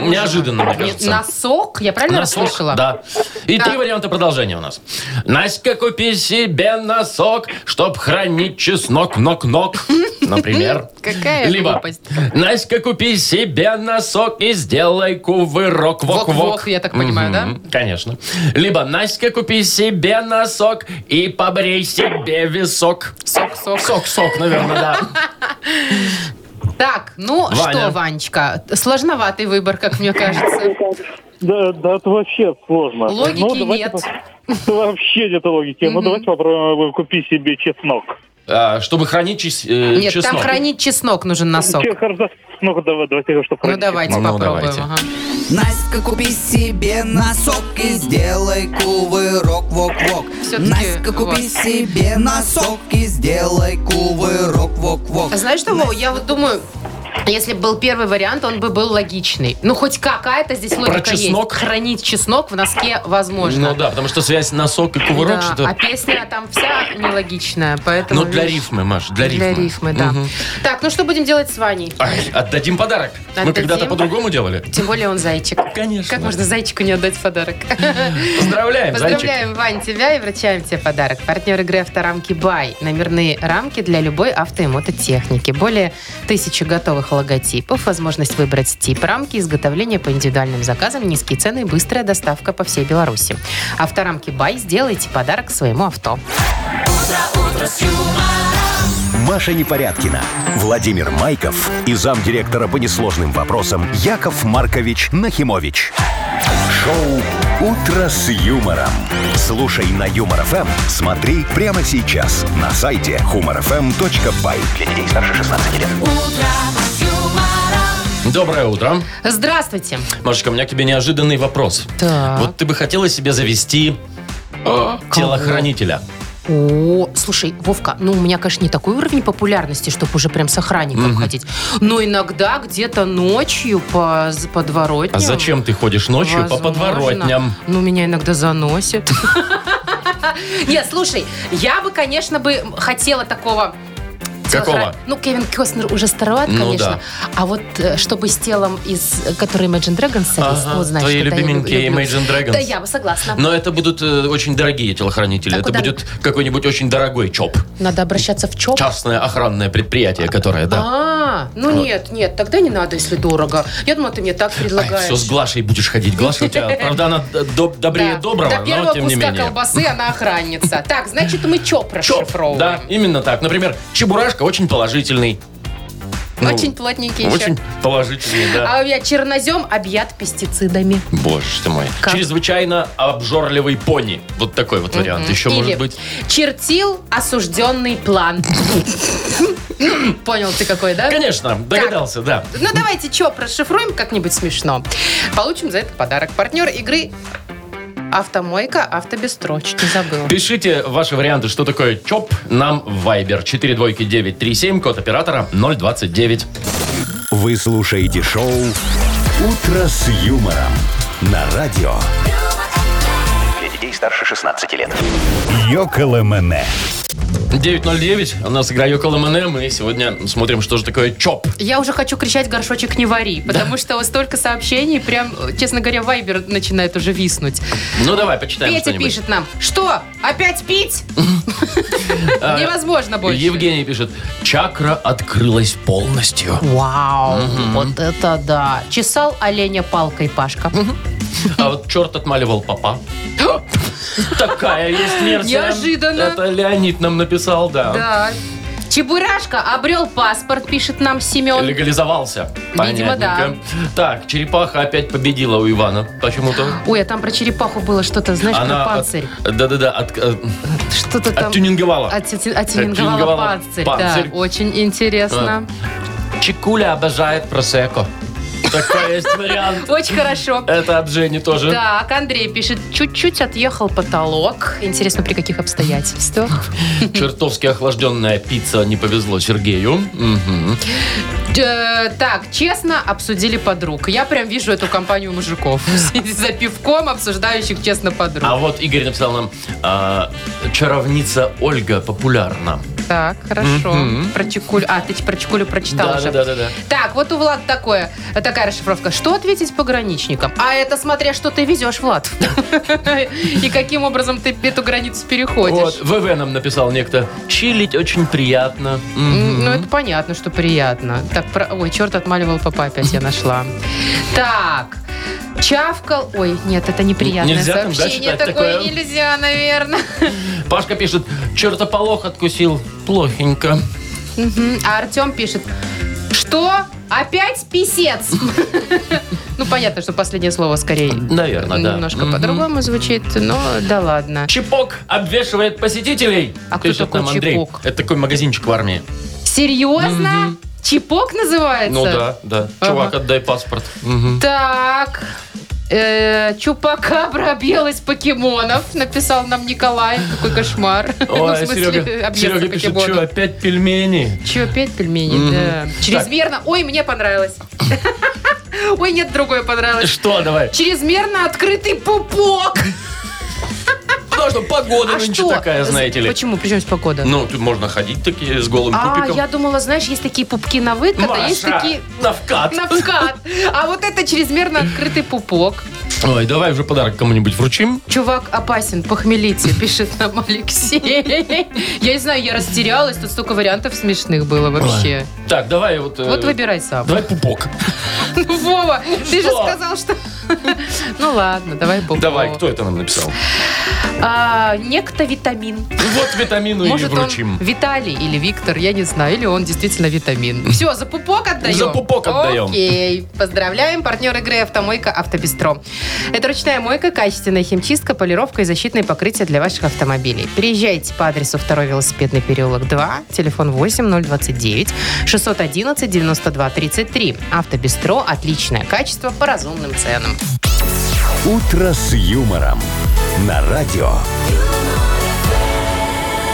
Speaker 2: Неожиданно, мне
Speaker 3: Нет,
Speaker 2: кажется.
Speaker 3: Носок, я правильно
Speaker 2: Носок,
Speaker 3: расслышала?
Speaker 2: Ну, Да. И
Speaker 3: Да.
Speaker 2: три варианта продолжения у нас. Наська, купи себе носок, чтоб хранить чеснок ног-ног. Например.
Speaker 3: Какая
Speaker 2: Либо
Speaker 3: глупость.
Speaker 2: Наська, купи себе носок и сделай кувырок. Вок-вок.
Speaker 3: Вок-вок, я так понимаю, да?
Speaker 2: Мгм, Конечно. Либо Наська, купи себе носок и побрей себе висок.
Speaker 3: Сок-сок.
Speaker 2: Сок-сок, наверное, да.
Speaker 3: Так, ну
Speaker 2: Ваня.
Speaker 3: что, Ванечка, сложноватый выбор, как мне кажется.
Speaker 8: Да, да, это вообще сложно.
Speaker 3: Логики
Speaker 8: Ну, давайте
Speaker 3: нет.
Speaker 8: пос- Да Вообще нет логики. Ну, давайте попробуем э, купи себе чеснок.
Speaker 2: А, Чтобы хранить чес- э,
Speaker 3: Нет,
Speaker 2: чеснок.
Speaker 3: там хранить чеснок нужен носок.
Speaker 8: Че, хорошо, ну, давай, давайте, что
Speaker 3: Ну давайте
Speaker 2: Ну, ну,
Speaker 3: попробуем.
Speaker 2: давайте.
Speaker 3: ага.
Speaker 9: Наська, купи себе носок и сделай кувырок, вок-вок.
Speaker 3: Всё-таки
Speaker 9: Наська, купи
Speaker 3: вот.
Speaker 9: себе носок и сделай кувырок, вок-вок.
Speaker 3: А Знаешь что, Вова, я вот думаю, если бы был первый вариант, он бы был логичный. Ну, хоть какая-то здесь логика
Speaker 2: чеснок?
Speaker 3: есть. Хранить чеснок в носке возможно.
Speaker 2: Ну да, потому что связь носок и кувырок,
Speaker 3: Да,
Speaker 2: что
Speaker 3: А песня там вся нелогичная, поэтому...
Speaker 2: Ну, для
Speaker 3: видишь,
Speaker 2: рифмы, Маш, для рифмы.
Speaker 3: рифмы, да.
Speaker 2: Мгм.
Speaker 3: Так, ну что будем делать с Ваней?
Speaker 2: Ай, отдадим подарок. Мы
Speaker 3: Отдадим.
Speaker 2: когда-то по-другому делали.
Speaker 3: Тем более он зайчик.
Speaker 2: Конечно.
Speaker 3: Как можно зайчику не отдать подарок?
Speaker 2: Поздравляем, зайчик.
Speaker 3: Поздравляем, Вань, тебя и вручаем тебе подарок. Партнер игры «Авторамки Бай». Номерные рамки для любой авто и мототехники. Более тысячи готовых логотипов, возможность выбрать тип рамки, изготовление по индивидуальным заказам, низкие цены и быстрая доставка по всей Беларуси. «Авторамки Бай» сделайте подарок своему авто.
Speaker 1: Маша Непорядкина, Владимир Майков и замдиректора по несложным вопросам Яков Маркович Нахимович. Шоу «Утро с юмором». Слушай на Юмор ФМ, смотри прямо сейчас на сайте humorfm.by. Для детей старше 16 лет.
Speaker 2: Доброе утро.
Speaker 3: Здравствуйте.
Speaker 2: Машечка, у меня к тебе неожиданный вопрос.
Speaker 3: Так.
Speaker 2: Вот ты бы хотела себе завести э, телохранителя.
Speaker 7: О, слушай, Вовка, ну у меня, конечно, не такой уровень популярности, чтобы уже прям с охранником ходить.
Speaker 3: Но иногда где-то ночью по, з- подворотням...
Speaker 2: А зачем ты ходишь ночью по
Speaker 3: Возможно.
Speaker 2: подворотням?
Speaker 3: Ну, меня иногда заносит. Нет, слушай, я бы, конечно, бы хотела такого...
Speaker 2: Какого?
Speaker 3: телохра- Ну, Кевин Костнер уже староват,
Speaker 2: Ну
Speaker 3: конечно.
Speaker 2: да.
Speaker 7: А вот э, чтобы с телом, из э, который Imagine Dragons есть,
Speaker 2: Ага,
Speaker 3: ну,
Speaker 7: вот знаешь,
Speaker 2: твои
Speaker 7: что-то я лю-
Speaker 2: любименькие
Speaker 7: люблю.
Speaker 2: Imagine Dragons.
Speaker 7: Да, я бы согласна.
Speaker 2: Но это будут э, очень дорогие телохранители.
Speaker 7: Так,
Speaker 2: это
Speaker 7: куда-
Speaker 2: будет какой-нибудь очень дорогой ЧОП.
Speaker 7: Надо обращаться в ЧОП.
Speaker 2: Частное охранное предприятие, которое, да.
Speaker 3: А, ну нет, нет, тогда не надо, если дорого. Я думала, ты мне так предлагаешь.
Speaker 2: все, А с Глашей будешь ходить. Глаша у тебя, правда, она д- доб- добрее
Speaker 3: Да.
Speaker 2: доброго,
Speaker 3: До
Speaker 2: но
Speaker 3: первого
Speaker 2: тем не
Speaker 3: куска
Speaker 2: менее.
Speaker 3: колбасы она охранница. Так, значит, мы
Speaker 2: Чоп,
Speaker 3: ЧОП
Speaker 2: да,
Speaker 3: расшифровываем.
Speaker 2: именно так. Например, Чебурашка очень положительный. Ну,
Speaker 3: Очень плотненький еще.
Speaker 2: Очень положительный, да.
Speaker 3: А у меня чернозем объят пестицидами.
Speaker 2: Боже ты мой.
Speaker 3: Как?
Speaker 2: Чрезвычайно обжорливый пони. Вот такой вот вариант. Еще
Speaker 3: Или
Speaker 2: может быть.
Speaker 3: чертил осужденный план. Ну, Понял ты какой, да?
Speaker 2: Конечно, догадался, да.
Speaker 3: Ну, давайте что, расшифруем как-нибудь смешно. Получим за это подарок. Партнер игры Автомойка, автобестро. Чуть не забыла.
Speaker 2: Пишите ваши варианты, что такое ЧОП, нам в Viber 42937, код оператора 029.
Speaker 1: Вы слушаете шоу «Утро с юмором» на радио
Speaker 4: Для детей старше 16 лет.
Speaker 1: «Йоколэмэне».
Speaker 2: 909, у нас игра Йокол МНМ, и сегодня смотрим, что же такое ЧОП.
Speaker 3: Я уже хочу кричать «Горшочек не вари», потому что вот столько сообщений, прям, честно говоря, вайбер начинает уже виснуть.
Speaker 2: Ну давай, почитаем
Speaker 3: Петя
Speaker 2: что-нибудь.
Speaker 3: пишет нам, что, опять пить?
Speaker 2: А,
Speaker 3: Невозможно больше.
Speaker 2: Евгений пишет, чакра открылась полностью.
Speaker 3: Вау, вот это да. Чесал оленя палкой Пашка.
Speaker 2: А вот черт отмаливал папа. Такая есть версия.
Speaker 3: Неожиданно.
Speaker 2: Это Леонид нам написал, да.
Speaker 3: Да. Чебурашка обрел паспорт, пишет нам Семен.
Speaker 2: Легализовался.
Speaker 3: Видимо, да.
Speaker 2: Понятненько. Так, черепаха опять победила у Ивана. Почему-то.
Speaker 7: Ой, а там про черепаху было что-то, знаешь, про
Speaker 2: от-
Speaker 7: панцирь.
Speaker 2: Да-да-да, от, э,
Speaker 7: Что-то там...
Speaker 2: оттюнинговала.
Speaker 7: Отти- Оттюнинговала
Speaker 2: Оттюнинговала
Speaker 7: панцирь.
Speaker 2: панцирь.
Speaker 7: Да, очень интересно.
Speaker 2: Чикуля обожает просеко. Такой есть вариант.
Speaker 3: Очень хорошо.
Speaker 2: Это от Жени тоже.
Speaker 3: Так, Андрей пишет, чуть-чуть отъехал потолок.
Speaker 7: Интересно, при каких обстоятельствах?
Speaker 2: Чертовски охлажденная пицца не повезло Сергею. Мгм.
Speaker 3: Э, так, честно обсудили подруг. Я прям вижу эту компанию мужиков. За пивком обсуждающих честно
Speaker 2: А
Speaker 3: подруг.
Speaker 2: вот Игорь написал нам, а, чаровница Ольга популярна.
Speaker 3: Так, хорошо.
Speaker 2: Мгм.
Speaker 3: Про Чикулю. А, ты про Чикулю прочитал уже.
Speaker 2: Да-да-да.
Speaker 3: Так, вот у Влада такое, такая расшифровка. Что ответить пограничникам? А это смотря, что ты везешь, Влад. И каким образом ты эту границу
Speaker 2: Вот,
Speaker 3: переходишь.
Speaker 2: ВВ нам написал некто. Чилить очень приятно. Мгм.
Speaker 3: М, Ну, это понятно, что приятно. Так, про- ой, черт отмаливал папа опять, я нашла. Так, чавкал... Ой, нет, это неприятное
Speaker 2: Нельзя там, да,
Speaker 3: сообщение.
Speaker 2: читать
Speaker 3: такое
Speaker 2: такое?
Speaker 3: нельзя, наверное.
Speaker 2: Пашка пишет, чертополох откусил. Плохенько.
Speaker 3: Мгм. А Артем пишет, что? Опять писец? Ну, понятно, что последнее слово скорее
Speaker 2: Наверное, да.
Speaker 3: немножко
Speaker 2: Мгм.
Speaker 3: по-другому звучит, но да ладно.
Speaker 2: Чипок обвешивает посетителей.
Speaker 3: А кто
Speaker 2: пишет
Speaker 3: такой
Speaker 2: нам Андрей.
Speaker 3: чипок?
Speaker 2: Это такой магазинчик в армии.
Speaker 3: Серьезно? Чипок называется?
Speaker 2: Ну да, да.
Speaker 3: Ага.
Speaker 2: Чувак, отдай паспорт. Мгм.
Speaker 3: Так. Э, Чупакабра объелась покемонов, написал нам Николай. Какой кошмар. Ну, в
Speaker 2: Ой,
Speaker 3: смысле,
Speaker 2: Серега,
Speaker 3: объелся
Speaker 2: Серега пишет,
Speaker 3: покемонов.
Speaker 2: что опять пельмени?
Speaker 3: Че, опять пельмени?
Speaker 2: Мгм.
Speaker 3: Да. Чрезмерно. Ой, мне понравилось. Ой, нет, другое понравилось.
Speaker 2: Что, давай?
Speaker 3: Чрезмерно открытый пупок.
Speaker 2: Потому Ну, что погода
Speaker 3: А
Speaker 2: нынче
Speaker 3: что?
Speaker 2: Ну, такая, знаете ли.
Speaker 3: Почему? Причем здесь погода?
Speaker 2: Ну, тут можно ходить такие с голым
Speaker 3: А,
Speaker 2: пупиком.
Speaker 3: я думала, знаешь, есть такие пупки на выкат, а есть
Speaker 2: Маша,
Speaker 3: такие
Speaker 2: на вкат.
Speaker 3: на вкат. А вот это чрезмерно открытый пупок.
Speaker 2: Ой, давай уже подарок кому-нибудь вручим.
Speaker 3: Чувак опасен, похмелите, пишет нам Алексей. Я не знаю, я растерялась, тут столько вариантов смешных было вообще.
Speaker 2: Так, давай вот... э,
Speaker 3: Вот выбирай сам.
Speaker 2: Давай пупок.
Speaker 3: Ну, Вова, ты же
Speaker 2: что?
Speaker 3: сказал, что... Ну ладно, давай Бобова.
Speaker 2: Давай, кто это нам написал?
Speaker 3: А, Некто Витамин.
Speaker 2: Вот витамину и
Speaker 3: Может, он
Speaker 2: вручим.
Speaker 3: Виталий или Виктор, я не знаю. Или он действительно Витамин. Все, за пупок отдаем.
Speaker 2: За пупок отдаем.
Speaker 3: Окей. Поздравляем. Партнер игры «Автомойка Автобестро». Это ручная мойка, качественная химчистка, полировка и защитные покрытия для ваших автомобилей. Приезжайте по адресу 2 велосипедный переулок 2, телефон 8029 611 92 33. «Автобестро» – отличное качество по разумным ценам.
Speaker 1: «Утро с юмором» на радио.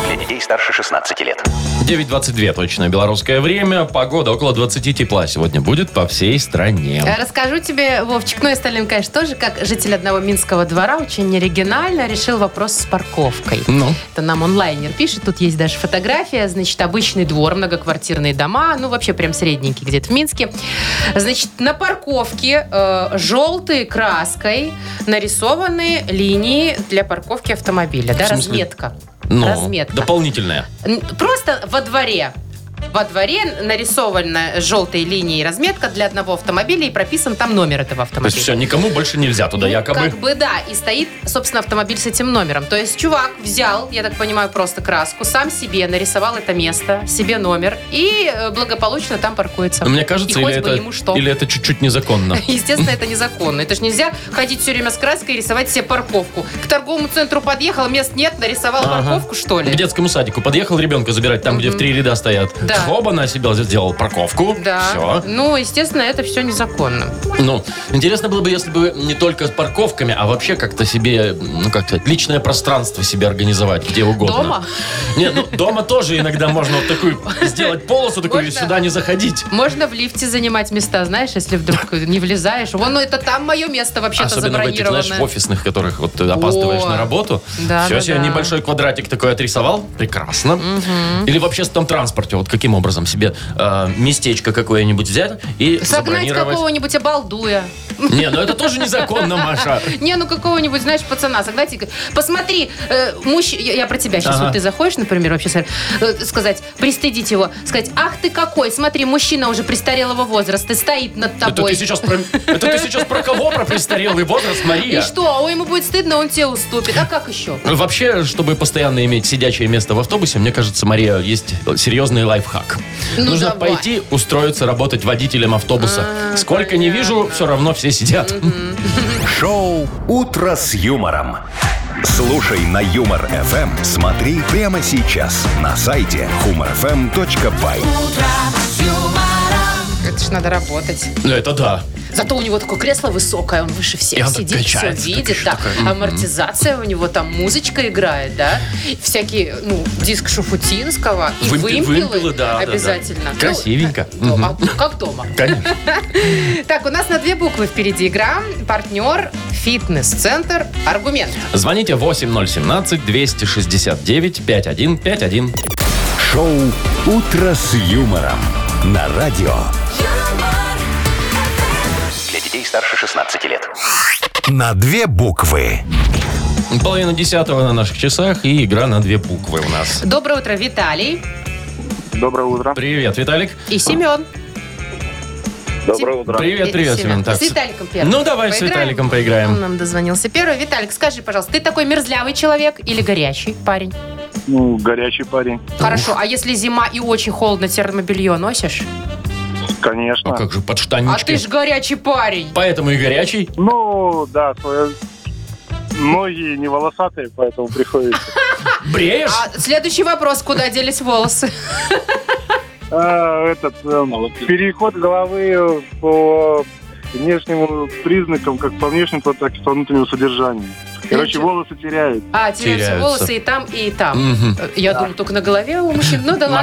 Speaker 4: Для детей старше 16 лет.
Speaker 2: 9.22 точное белорусское время. Погода около 20 тепла сегодня будет по всей стране.
Speaker 3: Э, Расскажу тебе, Вовчик, ну и остальным, конечно, тоже, как житель одного минского двора, очень оригинально решил вопрос с парковкой.
Speaker 2: Ну,
Speaker 3: Это нам онлайнер пишет, тут есть даже фотография, значит, обычный двор, многоквартирные дома, ну вообще прям средненький где-то в Минске. Значит, на парковке э, желтой краской нарисованы линии для парковки автомобиля, да,
Speaker 2: В смысле?
Speaker 3: разметка.
Speaker 2: ну,
Speaker 3: Разметка.
Speaker 2: дополнительная.
Speaker 3: Н- Просто во дворе. Во дворе нарисована желтой линией разметка для одного автомобиля и прописан там номер
Speaker 2: То
Speaker 3: этого
Speaker 2: есть
Speaker 3: автомобиля.
Speaker 2: все, никому больше нельзя туда
Speaker 3: Ну,
Speaker 2: якобы.
Speaker 3: Как бы да, и стоит, собственно, автомобиль с этим номером. То есть чувак взял, я так понимаю, просто краску, сам себе нарисовал это место, себе номер и э, благополучно там паркуется.
Speaker 2: Но Ну, Мне кажется,
Speaker 3: и хоть
Speaker 2: или
Speaker 3: бы
Speaker 2: это,
Speaker 3: ему что.
Speaker 2: или это чуть-чуть незаконно.
Speaker 3: Естественно, это незаконно. Это же нельзя ходить все время с краской и рисовать себе парковку. К торговому центру подъехал, мест нет, нарисовал
Speaker 2: Ага.
Speaker 3: парковку, что ли?
Speaker 2: К детскому садику подъехал ребенка забирать, там, где в три ряда стоят.
Speaker 3: Да.
Speaker 2: Хоба на себя сделал парковку.
Speaker 3: Да.
Speaker 2: Все.
Speaker 3: Ну, естественно, это все незаконно.
Speaker 2: Ну, интересно было бы, если бы не только с парковками, а вообще как-то себе, ну, как сказать, личное пространство себе организовать где угодно.
Speaker 3: Дома?
Speaker 2: Нет, ну, дома тоже иногда можно вот такую сделать полосу, такую
Speaker 3: Можно?
Speaker 2: сюда не заходить.
Speaker 3: Можно в лифте занимать места, знаешь, если вдруг не влезаешь. Вон, ну это там мое место вообще-то
Speaker 2: Особенно в этих,
Speaker 3: забронированное.
Speaker 2: знаешь, в офисных, которых вот ты опаздываешь
Speaker 3: О.
Speaker 2: на работу.
Speaker 3: Да,
Speaker 2: Все,
Speaker 3: да,
Speaker 2: себе
Speaker 3: да.
Speaker 2: небольшой квадратик такой отрисовал. Прекрасно. Или в общественном транспорте. Вот каким таким образом себе э, местечко какое-нибудь взять и
Speaker 3: Согнать
Speaker 2: забронировать.
Speaker 3: какого-нибудь обалдуя.
Speaker 2: Не, ну это тоже незаконно, Маша.
Speaker 3: Не, ну какого-нибудь, знаешь, пацана согнать и говорить, посмотри, э, мужч- я, я про тебя сейчас,
Speaker 2: Ага.
Speaker 3: вот ты заходишь, например, вообще, Сэр, э, сказать, пристыдить его, сказать, ах ты какой, смотри, мужчина уже престарелого возраста стоит над
Speaker 2: Это
Speaker 3: тобой.
Speaker 2: ты сейчас про, это ты сейчас про кого? Про престарелый возраст,
Speaker 3: И
Speaker 2: Мария.
Speaker 3: что, а ему будет стыдно, он тебе уступит. А как еще?
Speaker 2: Вообще, чтобы постоянно иметь сидячее место в автобусе, мне кажется, Мария, есть серьезный лайфхак.
Speaker 3: Ну,
Speaker 2: Нужно
Speaker 3: давай.
Speaker 2: пойти устроиться работать водителем автобуса.
Speaker 3: А,
Speaker 2: Сколько не
Speaker 3: понятно.
Speaker 2: вижу, все равно все сидят.
Speaker 1: Шоу «Утро с юмором». Слушай на Юмор ФМ. Смотри прямо сейчас на сайте humorfm.by.
Speaker 3: Это ж надо работать.
Speaker 2: Ну, это да.
Speaker 3: Зато у него такое кресло высокое, он выше всех
Speaker 2: И он так
Speaker 3: сидит, все
Speaker 2: качается, так
Speaker 3: видит,
Speaker 2: что
Speaker 3: да.
Speaker 2: такое,
Speaker 3: Амортизация у него там музычка играет, да. Всякие, ну, диск Шуфутинского и
Speaker 2: Вымпе-
Speaker 3: вымпелы,
Speaker 2: вымпелы, да, да, да.
Speaker 3: обязательно. Ну,
Speaker 2: Красивенько.
Speaker 3: ну,
Speaker 2: Мгм.
Speaker 3: а, ну, как дома.
Speaker 2: Конечно.
Speaker 3: Так, у нас на две буквы впереди игра. Партнер, фитнес-центр, аргумент.
Speaker 2: Звоните 8017-269-5151.
Speaker 1: Шоу «Утро с юмором» на радио.
Speaker 4: Для детей старше 16 лет.
Speaker 1: На две буквы.
Speaker 2: Половина десятого на наших часах и игра на две буквы у нас.
Speaker 3: Доброе утро, Виталий
Speaker 5: Доброе утро.
Speaker 2: Привет, Виталик.
Speaker 3: и Семен.
Speaker 5: Доброе утро.
Speaker 2: Привет,
Speaker 3: И-
Speaker 2: привет, Семен. Так,
Speaker 3: С Виталиком первым.
Speaker 2: Ну, давай с
Speaker 3: Поиграем?
Speaker 2: Виталиком
Speaker 3: Он
Speaker 2: поиграем.
Speaker 3: нам дозвонился первый. Виталик, скажи, пожалуйста, ты такой мерзлявый человек или горячий парень?
Speaker 8: Ну, горячий парень.
Speaker 3: Хорошо, а если зима и очень холодно, термобелье носишь?
Speaker 8: Конечно.
Speaker 2: А как же,
Speaker 3: А ты
Speaker 2: подштаннички.
Speaker 3: ж горячий парень.
Speaker 2: Поэтому и горячий.
Speaker 8: Ну, да, своё- ноги не волосатые, поэтому приходится.
Speaker 2: Бреешь?
Speaker 3: А следующий вопрос, куда делись волосы?
Speaker 8: А, этот эм, переход головы по внешнему признакам, как по внешним, по- так и по внутреннему содержанию. Короче,
Speaker 3: Ну,
Speaker 8: волосы теряют.
Speaker 3: А, теряются
Speaker 2: Теряются.
Speaker 3: волосы и там, и там.
Speaker 2: Мгм.
Speaker 3: Э, Я думаю, только на голове у мужчин. Ну да ладно.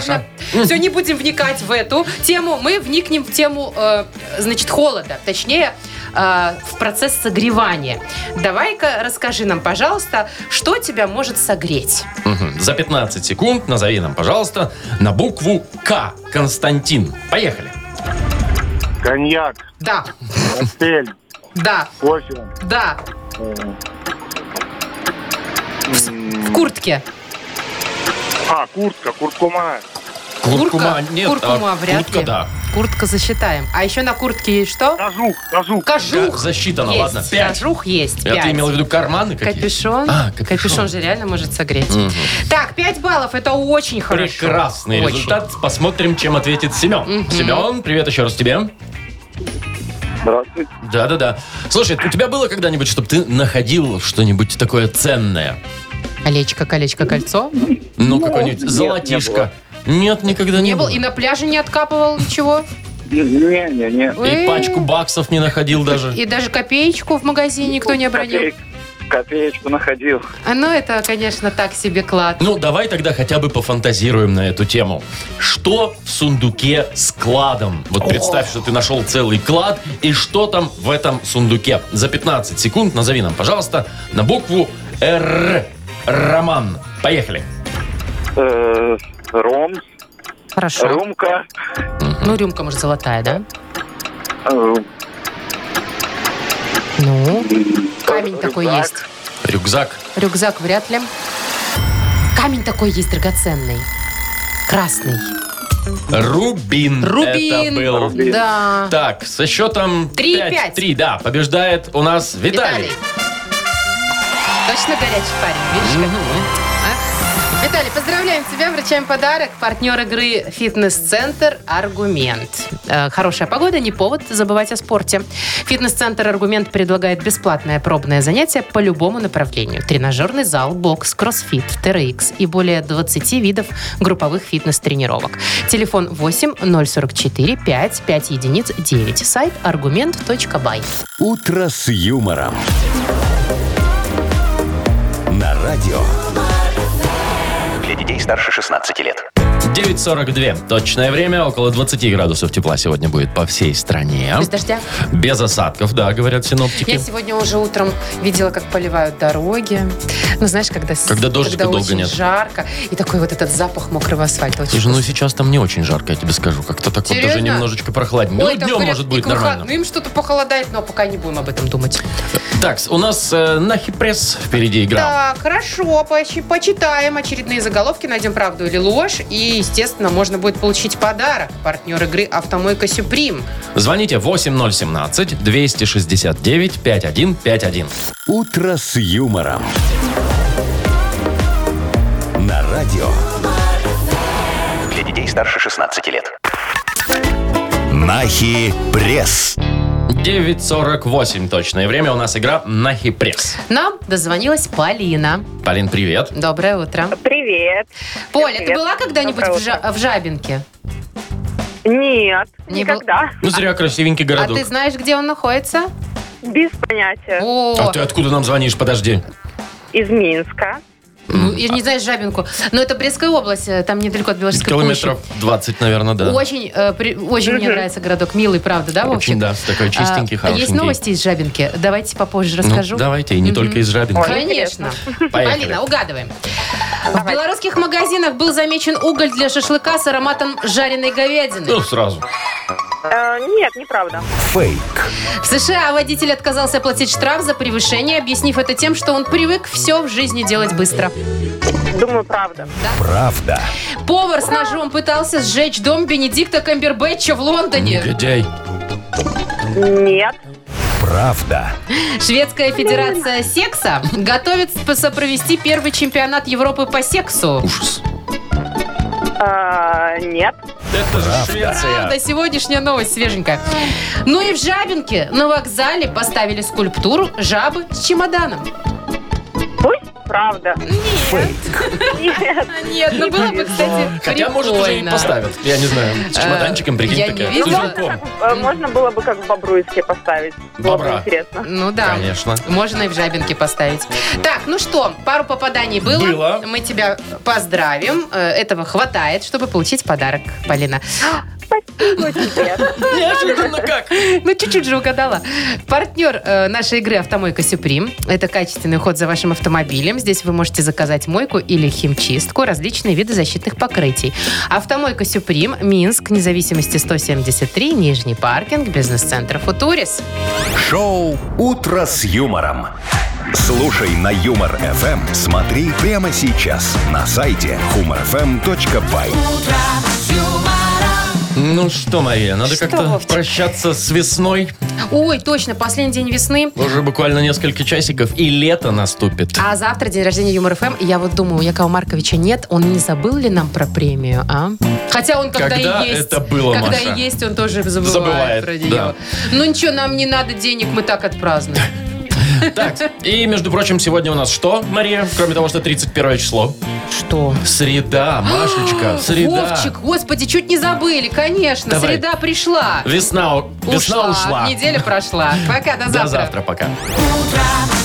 Speaker 2: Маша.
Speaker 3: Все, не будем вникать в эту тему. Мы вникнем в тему, э, значит, холода. Точнее, э, в процесс согревания. Давай-ка расскажи нам, пожалуйста, что тебя может согреть?
Speaker 2: Мгм. За 15 секунд назови нам, пожалуйста, на букву К. Константин. Поехали.
Speaker 8: Коньяк,
Speaker 3: Да,
Speaker 8: коктейль,
Speaker 3: да,
Speaker 8: кофе.
Speaker 3: да.
Speaker 8: э,
Speaker 3: В куртке.
Speaker 8: А, куртка, куркума.
Speaker 2: Куркума нет,
Speaker 3: куркума
Speaker 2: а
Speaker 3: вряд
Speaker 2: куртка
Speaker 3: ли.
Speaker 2: да.
Speaker 3: Куртка засчитаем. А еще на куртке есть что?
Speaker 8: Кожух, кожух.
Speaker 3: Кожух.
Speaker 2: Да, засчитано,
Speaker 3: Есть.
Speaker 2: ладно, пять.
Speaker 3: Кожух есть.
Speaker 2: Я
Speaker 3: пять.
Speaker 2: ты имел в виду карманы какие?
Speaker 3: Капюшон.
Speaker 2: А,
Speaker 3: капюшон.
Speaker 2: капюшон.
Speaker 3: же реально может согреть. Так, 5 баллов, это очень хорошо.
Speaker 2: Прекрасный
Speaker 3: Очень.
Speaker 2: результат. Посмотрим, чем ответит Семен. Семен, привет еще раз тебе.
Speaker 8: Здравствуйте.
Speaker 2: Да-да-да. Слушай, у тебя было когда-нибудь, чтобы ты находил что-нибудь такое ценное?
Speaker 7: Колечко, колечко, кольцо.
Speaker 2: Ну, какое-нибудь золотишко. Нет, никогда не,
Speaker 3: Не был
Speaker 2: было.
Speaker 3: и на пляже не откапывал ничего.
Speaker 5: Не-не-не.
Speaker 2: И
Speaker 3: Эй.
Speaker 2: пачку баксов не находил даже.
Speaker 3: И даже копеечку в магазине никто не обронил.
Speaker 5: Копеечку находил.
Speaker 3: А, Ну, это, конечно, так себе клад.
Speaker 2: Ну, давай тогда хотя бы пофантазируем на эту тему. Что в сундуке с кладом? Вот представь, что ты нашел целый клад, и что там в этом сундуке? За 15 секунд назови нам, пожалуйста, на букву «Р». Роман. Поехали.
Speaker 5: Ром,
Speaker 7: Хорошо.
Speaker 5: румка,
Speaker 7: Ну, рюмка, может, золотая, да?
Speaker 5: э,
Speaker 7: Ну, камень такой есть.
Speaker 2: Рюкзак.
Speaker 7: Рюкзак вряд ли. Камень такой есть драгоценный. Красный.
Speaker 2: Рубин.
Speaker 3: Рубин.
Speaker 2: Это был.
Speaker 3: Да.
Speaker 2: Так, со счетом
Speaker 3: Три,
Speaker 2: 5-3,
Speaker 3: пять.
Speaker 2: да, побеждает у нас Виталий.
Speaker 3: Точно горячий парень, видишь, как? А? Виталий, поздравляем тебя, вручаем подарок. Партнер игры «Фитнес-центр Аргумент». Э, Хорошая погода, не повод забывать о спорте. «Фитнес-центр Аргумент» предлагает бесплатное пробное занятие по любому направлению. Тренажерный зал, бокс, кроссфит, TRX и более 20 видов групповых фитнес-тренировок. Телефон 8 044 5 5 единиц 9. Сайт аргумент.бай.
Speaker 1: «Утро с юмором». На радио.
Speaker 4: Для детей старше 16 лет.
Speaker 2: 9.42. Точное время. Около 20 градусов тепла сегодня будет по всей стране.
Speaker 7: Без дождя.
Speaker 2: Без осадков, да, говорят синоптики.
Speaker 3: Я сегодня уже утром видела, как поливают дороги. Ну, знаешь, когда, с-
Speaker 2: Когда дождика
Speaker 3: когда
Speaker 2: долго
Speaker 3: очень
Speaker 2: нет.
Speaker 3: жарко. И такой вот этот запах мокрого асфальта. Очень
Speaker 2: Слушай, ну
Speaker 3: вкусный.
Speaker 2: сейчас там не очень жарко, я тебе скажу. Как-то так вот даже
Speaker 3: Серьезно?
Speaker 2: немножечко прохладнее.
Speaker 3: Ой,
Speaker 2: ну,
Speaker 3: там
Speaker 2: днем
Speaker 3: говорят,
Speaker 2: может
Speaker 3: и
Speaker 2: быть
Speaker 3: к
Speaker 2: нормально.
Speaker 3: выходным что-то похолодает, но пока не будем об этом думать.
Speaker 2: Так, у нас э, Нахи Пресс впереди игра.
Speaker 3: Так, хорошо, почи- почитаем очередные заголовки, найдем правду или ложь. И, естественно, можно будет получить подарок. Партнер игры «Автомойка Сюприм».
Speaker 2: Звоните 8017-269-5151.
Speaker 1: «Утро с юмором». На радио.
Speaker 4: Для детей старше 16 лет.
Speaker 1: Нахи пресс.
Speaker 2: 9.48 точное время. У нас игра Нахи Пресс.
Speaker 3: Нам дозвонилась Полина.
Speaker 2: Полин, привет.
Speaker 3: Доброе утро.
Speaker 6: Привет.
Speaker 3: Поля, ты
Speaker 6: привет.
Speaker 3: была когда-нибудь
Speaker 6: Доброе
Speaker 3: в, Жа- в Жабинке?
Speaker 6: Нет,
Speaker 3: Не был-
Speaker 6: никогда.
Speaker 2: Ну, зря красивенький
Speaker 3: А
Speaker 2: городок.
Speaker 3: ты знаешь, где он находится?
Speaker 6: Без понятия.
Speaker 3: О,
Speaker 2: А ты откуда нам звонишь? Подожди.
Speaker 6: Из Минска.
Speaker 3: ну, я не знаю Жабинку. Но это Брестская область, э, там недалеко от Белорусской
Speaker 2: Километров 20, наверное, да.
Speaker 3: Очень, э, при- очень мне нравится городок. Милый, правда, да, Вовчик?
Speaker 2: Очень, да, такой чистенький,
Speaker 3: А,
Speaker 2: хорошенький.
Speaker 3: Есть новости из Жабинки. Давайте попозже
Speaker 2: Ну,
Speaker 3: расскажу.
Speaker 2: давайте, и не только из Жабинки.
Speaker 3: Конечно.
Speaker 2: Поехали.
Speaker 3: Алина, угадываем. В белорусских магазинах был замечен уголь для шашлыка с ароматом жареной говядины.
Speaker 2: Ну, сразу.
Speaker 6: Э, нет, неправда.
Speaker 1: Фейк.
Speaker 3: В США водитель отказался платить штраф за превышение, объяснив это тем, что он привык все в жизни делать быстро.
Speaker 6: Думаю, правда.
Speaker 1: Правда.
Speaker 3: Повар с ножом пытался сжечь дом Бенедикта Камбербэтча в Лондоне.
Speaker 2: Негодяй.
Speaker 6: Нет.
Speaker 1: Правда.
Speaker 3: Шведская федерация секса готовит провести первый чемпионат Европы по сексу.
Speaker 2: Ужас.
Speaker 6: Э, нет.
Speaker 2: Это же
Speaker 3: Правда,
Speaker 2: Швеция.
Speaker 3: сегодняшняя новость свеженькая. Ну и в Жабинке на вокзале поставили скульптуру жабы с чемоданом.
Speaker 6: Пусть правда. Нет.
Speaker 3: Нет, ну было бы, кстати,
Speaker 2: Хотя, может, уже и
Speaker 3: прикольно. Э,
Speaker 2: поставят. Я не знаю. С чемоданчиком, прикинь,
Speaker 3: я не
Speaker 2: такая.
Speaker 3: видела.
Speaker 2: с узелком.
Speaker 6: Э, Можно было бы как в Бобруйске поставить. Было бы
Speaker 2: Бобра.
Speaker 6: интересно.
Speaker 3: Ну да.
Speaker 2: Конечно.
Speaker 3: Можно и в жабинке поставить. Так, ну что, пару попаданий было.
Speaker 2: Было.
Speaker 3: Мы тебя поздравим. Э, Этого хватает, чтобы получить подарок, Полина.
Speaker 6: Спасибо тебе.
Speaker 2: Неожиданно как.
Speaker 3: Ну, чуть-чуть же угадала. Партнер э, нашей игры «Автомойка Сюприм». Это качественный уход за вашим автомобилем. Здесь вы можете заказать мойку или химчистку, различные виды защитных покрытий. «Автомойка Сюприм», Минск, независимости 173, Нижний паркинг, бизнес-центр «Футурис».
Speaker 1: Шоу «Утро с юмором». Слушай на Юмор ФМ. Смотри прямо сейчас на сайте humorfm.by.
Speaker 2: Ну что, Мария, надо
Speaker 3: Что,
Speaker 2: как-то
Speaker 3: Вовчик?
Speaker 2: прощаться с весной.
Speaker 3: Ой, точно, последний день весны.
Speaker 2: Уже буквально несколько часиков, и лето наступит.
Speaker 3: А завтра день рождения Юмор ФМ. И Я вот думаю, у Якова Марковича нет. Он не забыл ли нам про премию, а? Хотя он когда,
Speaker 2: Когда
Speaker 3: и есть.
Speaker 2: это было,
Speaker 3: когда
Speaker 2: Маша?
Speaker 3: и есть, он тоже забывает,
Speaker 2: Забывает,
Speaker 3: про нее.
Speaker 2: да.
Speaker 3: Ну ничего, нам не надо денег, мы так отпразднуем.
Speaker 2: Так, и, между прочим, сегодня у нас что, Мария? Кроме того, что 31 число.
Speaker 3: Что?
Speaker 2: Среда, Машечка, среда.
Speaker 3: Вовчик, господи, чуть не забыли, конечно.
Speaker 2: Давай.
Speaker 3: Среда пришла.
Speaker 2: Весна, у- весна ушла.
Speaker 3: Неделя прошла. Пока, до завтра.
Speaker 2: До завтра, пока.
Speaker 9: Утро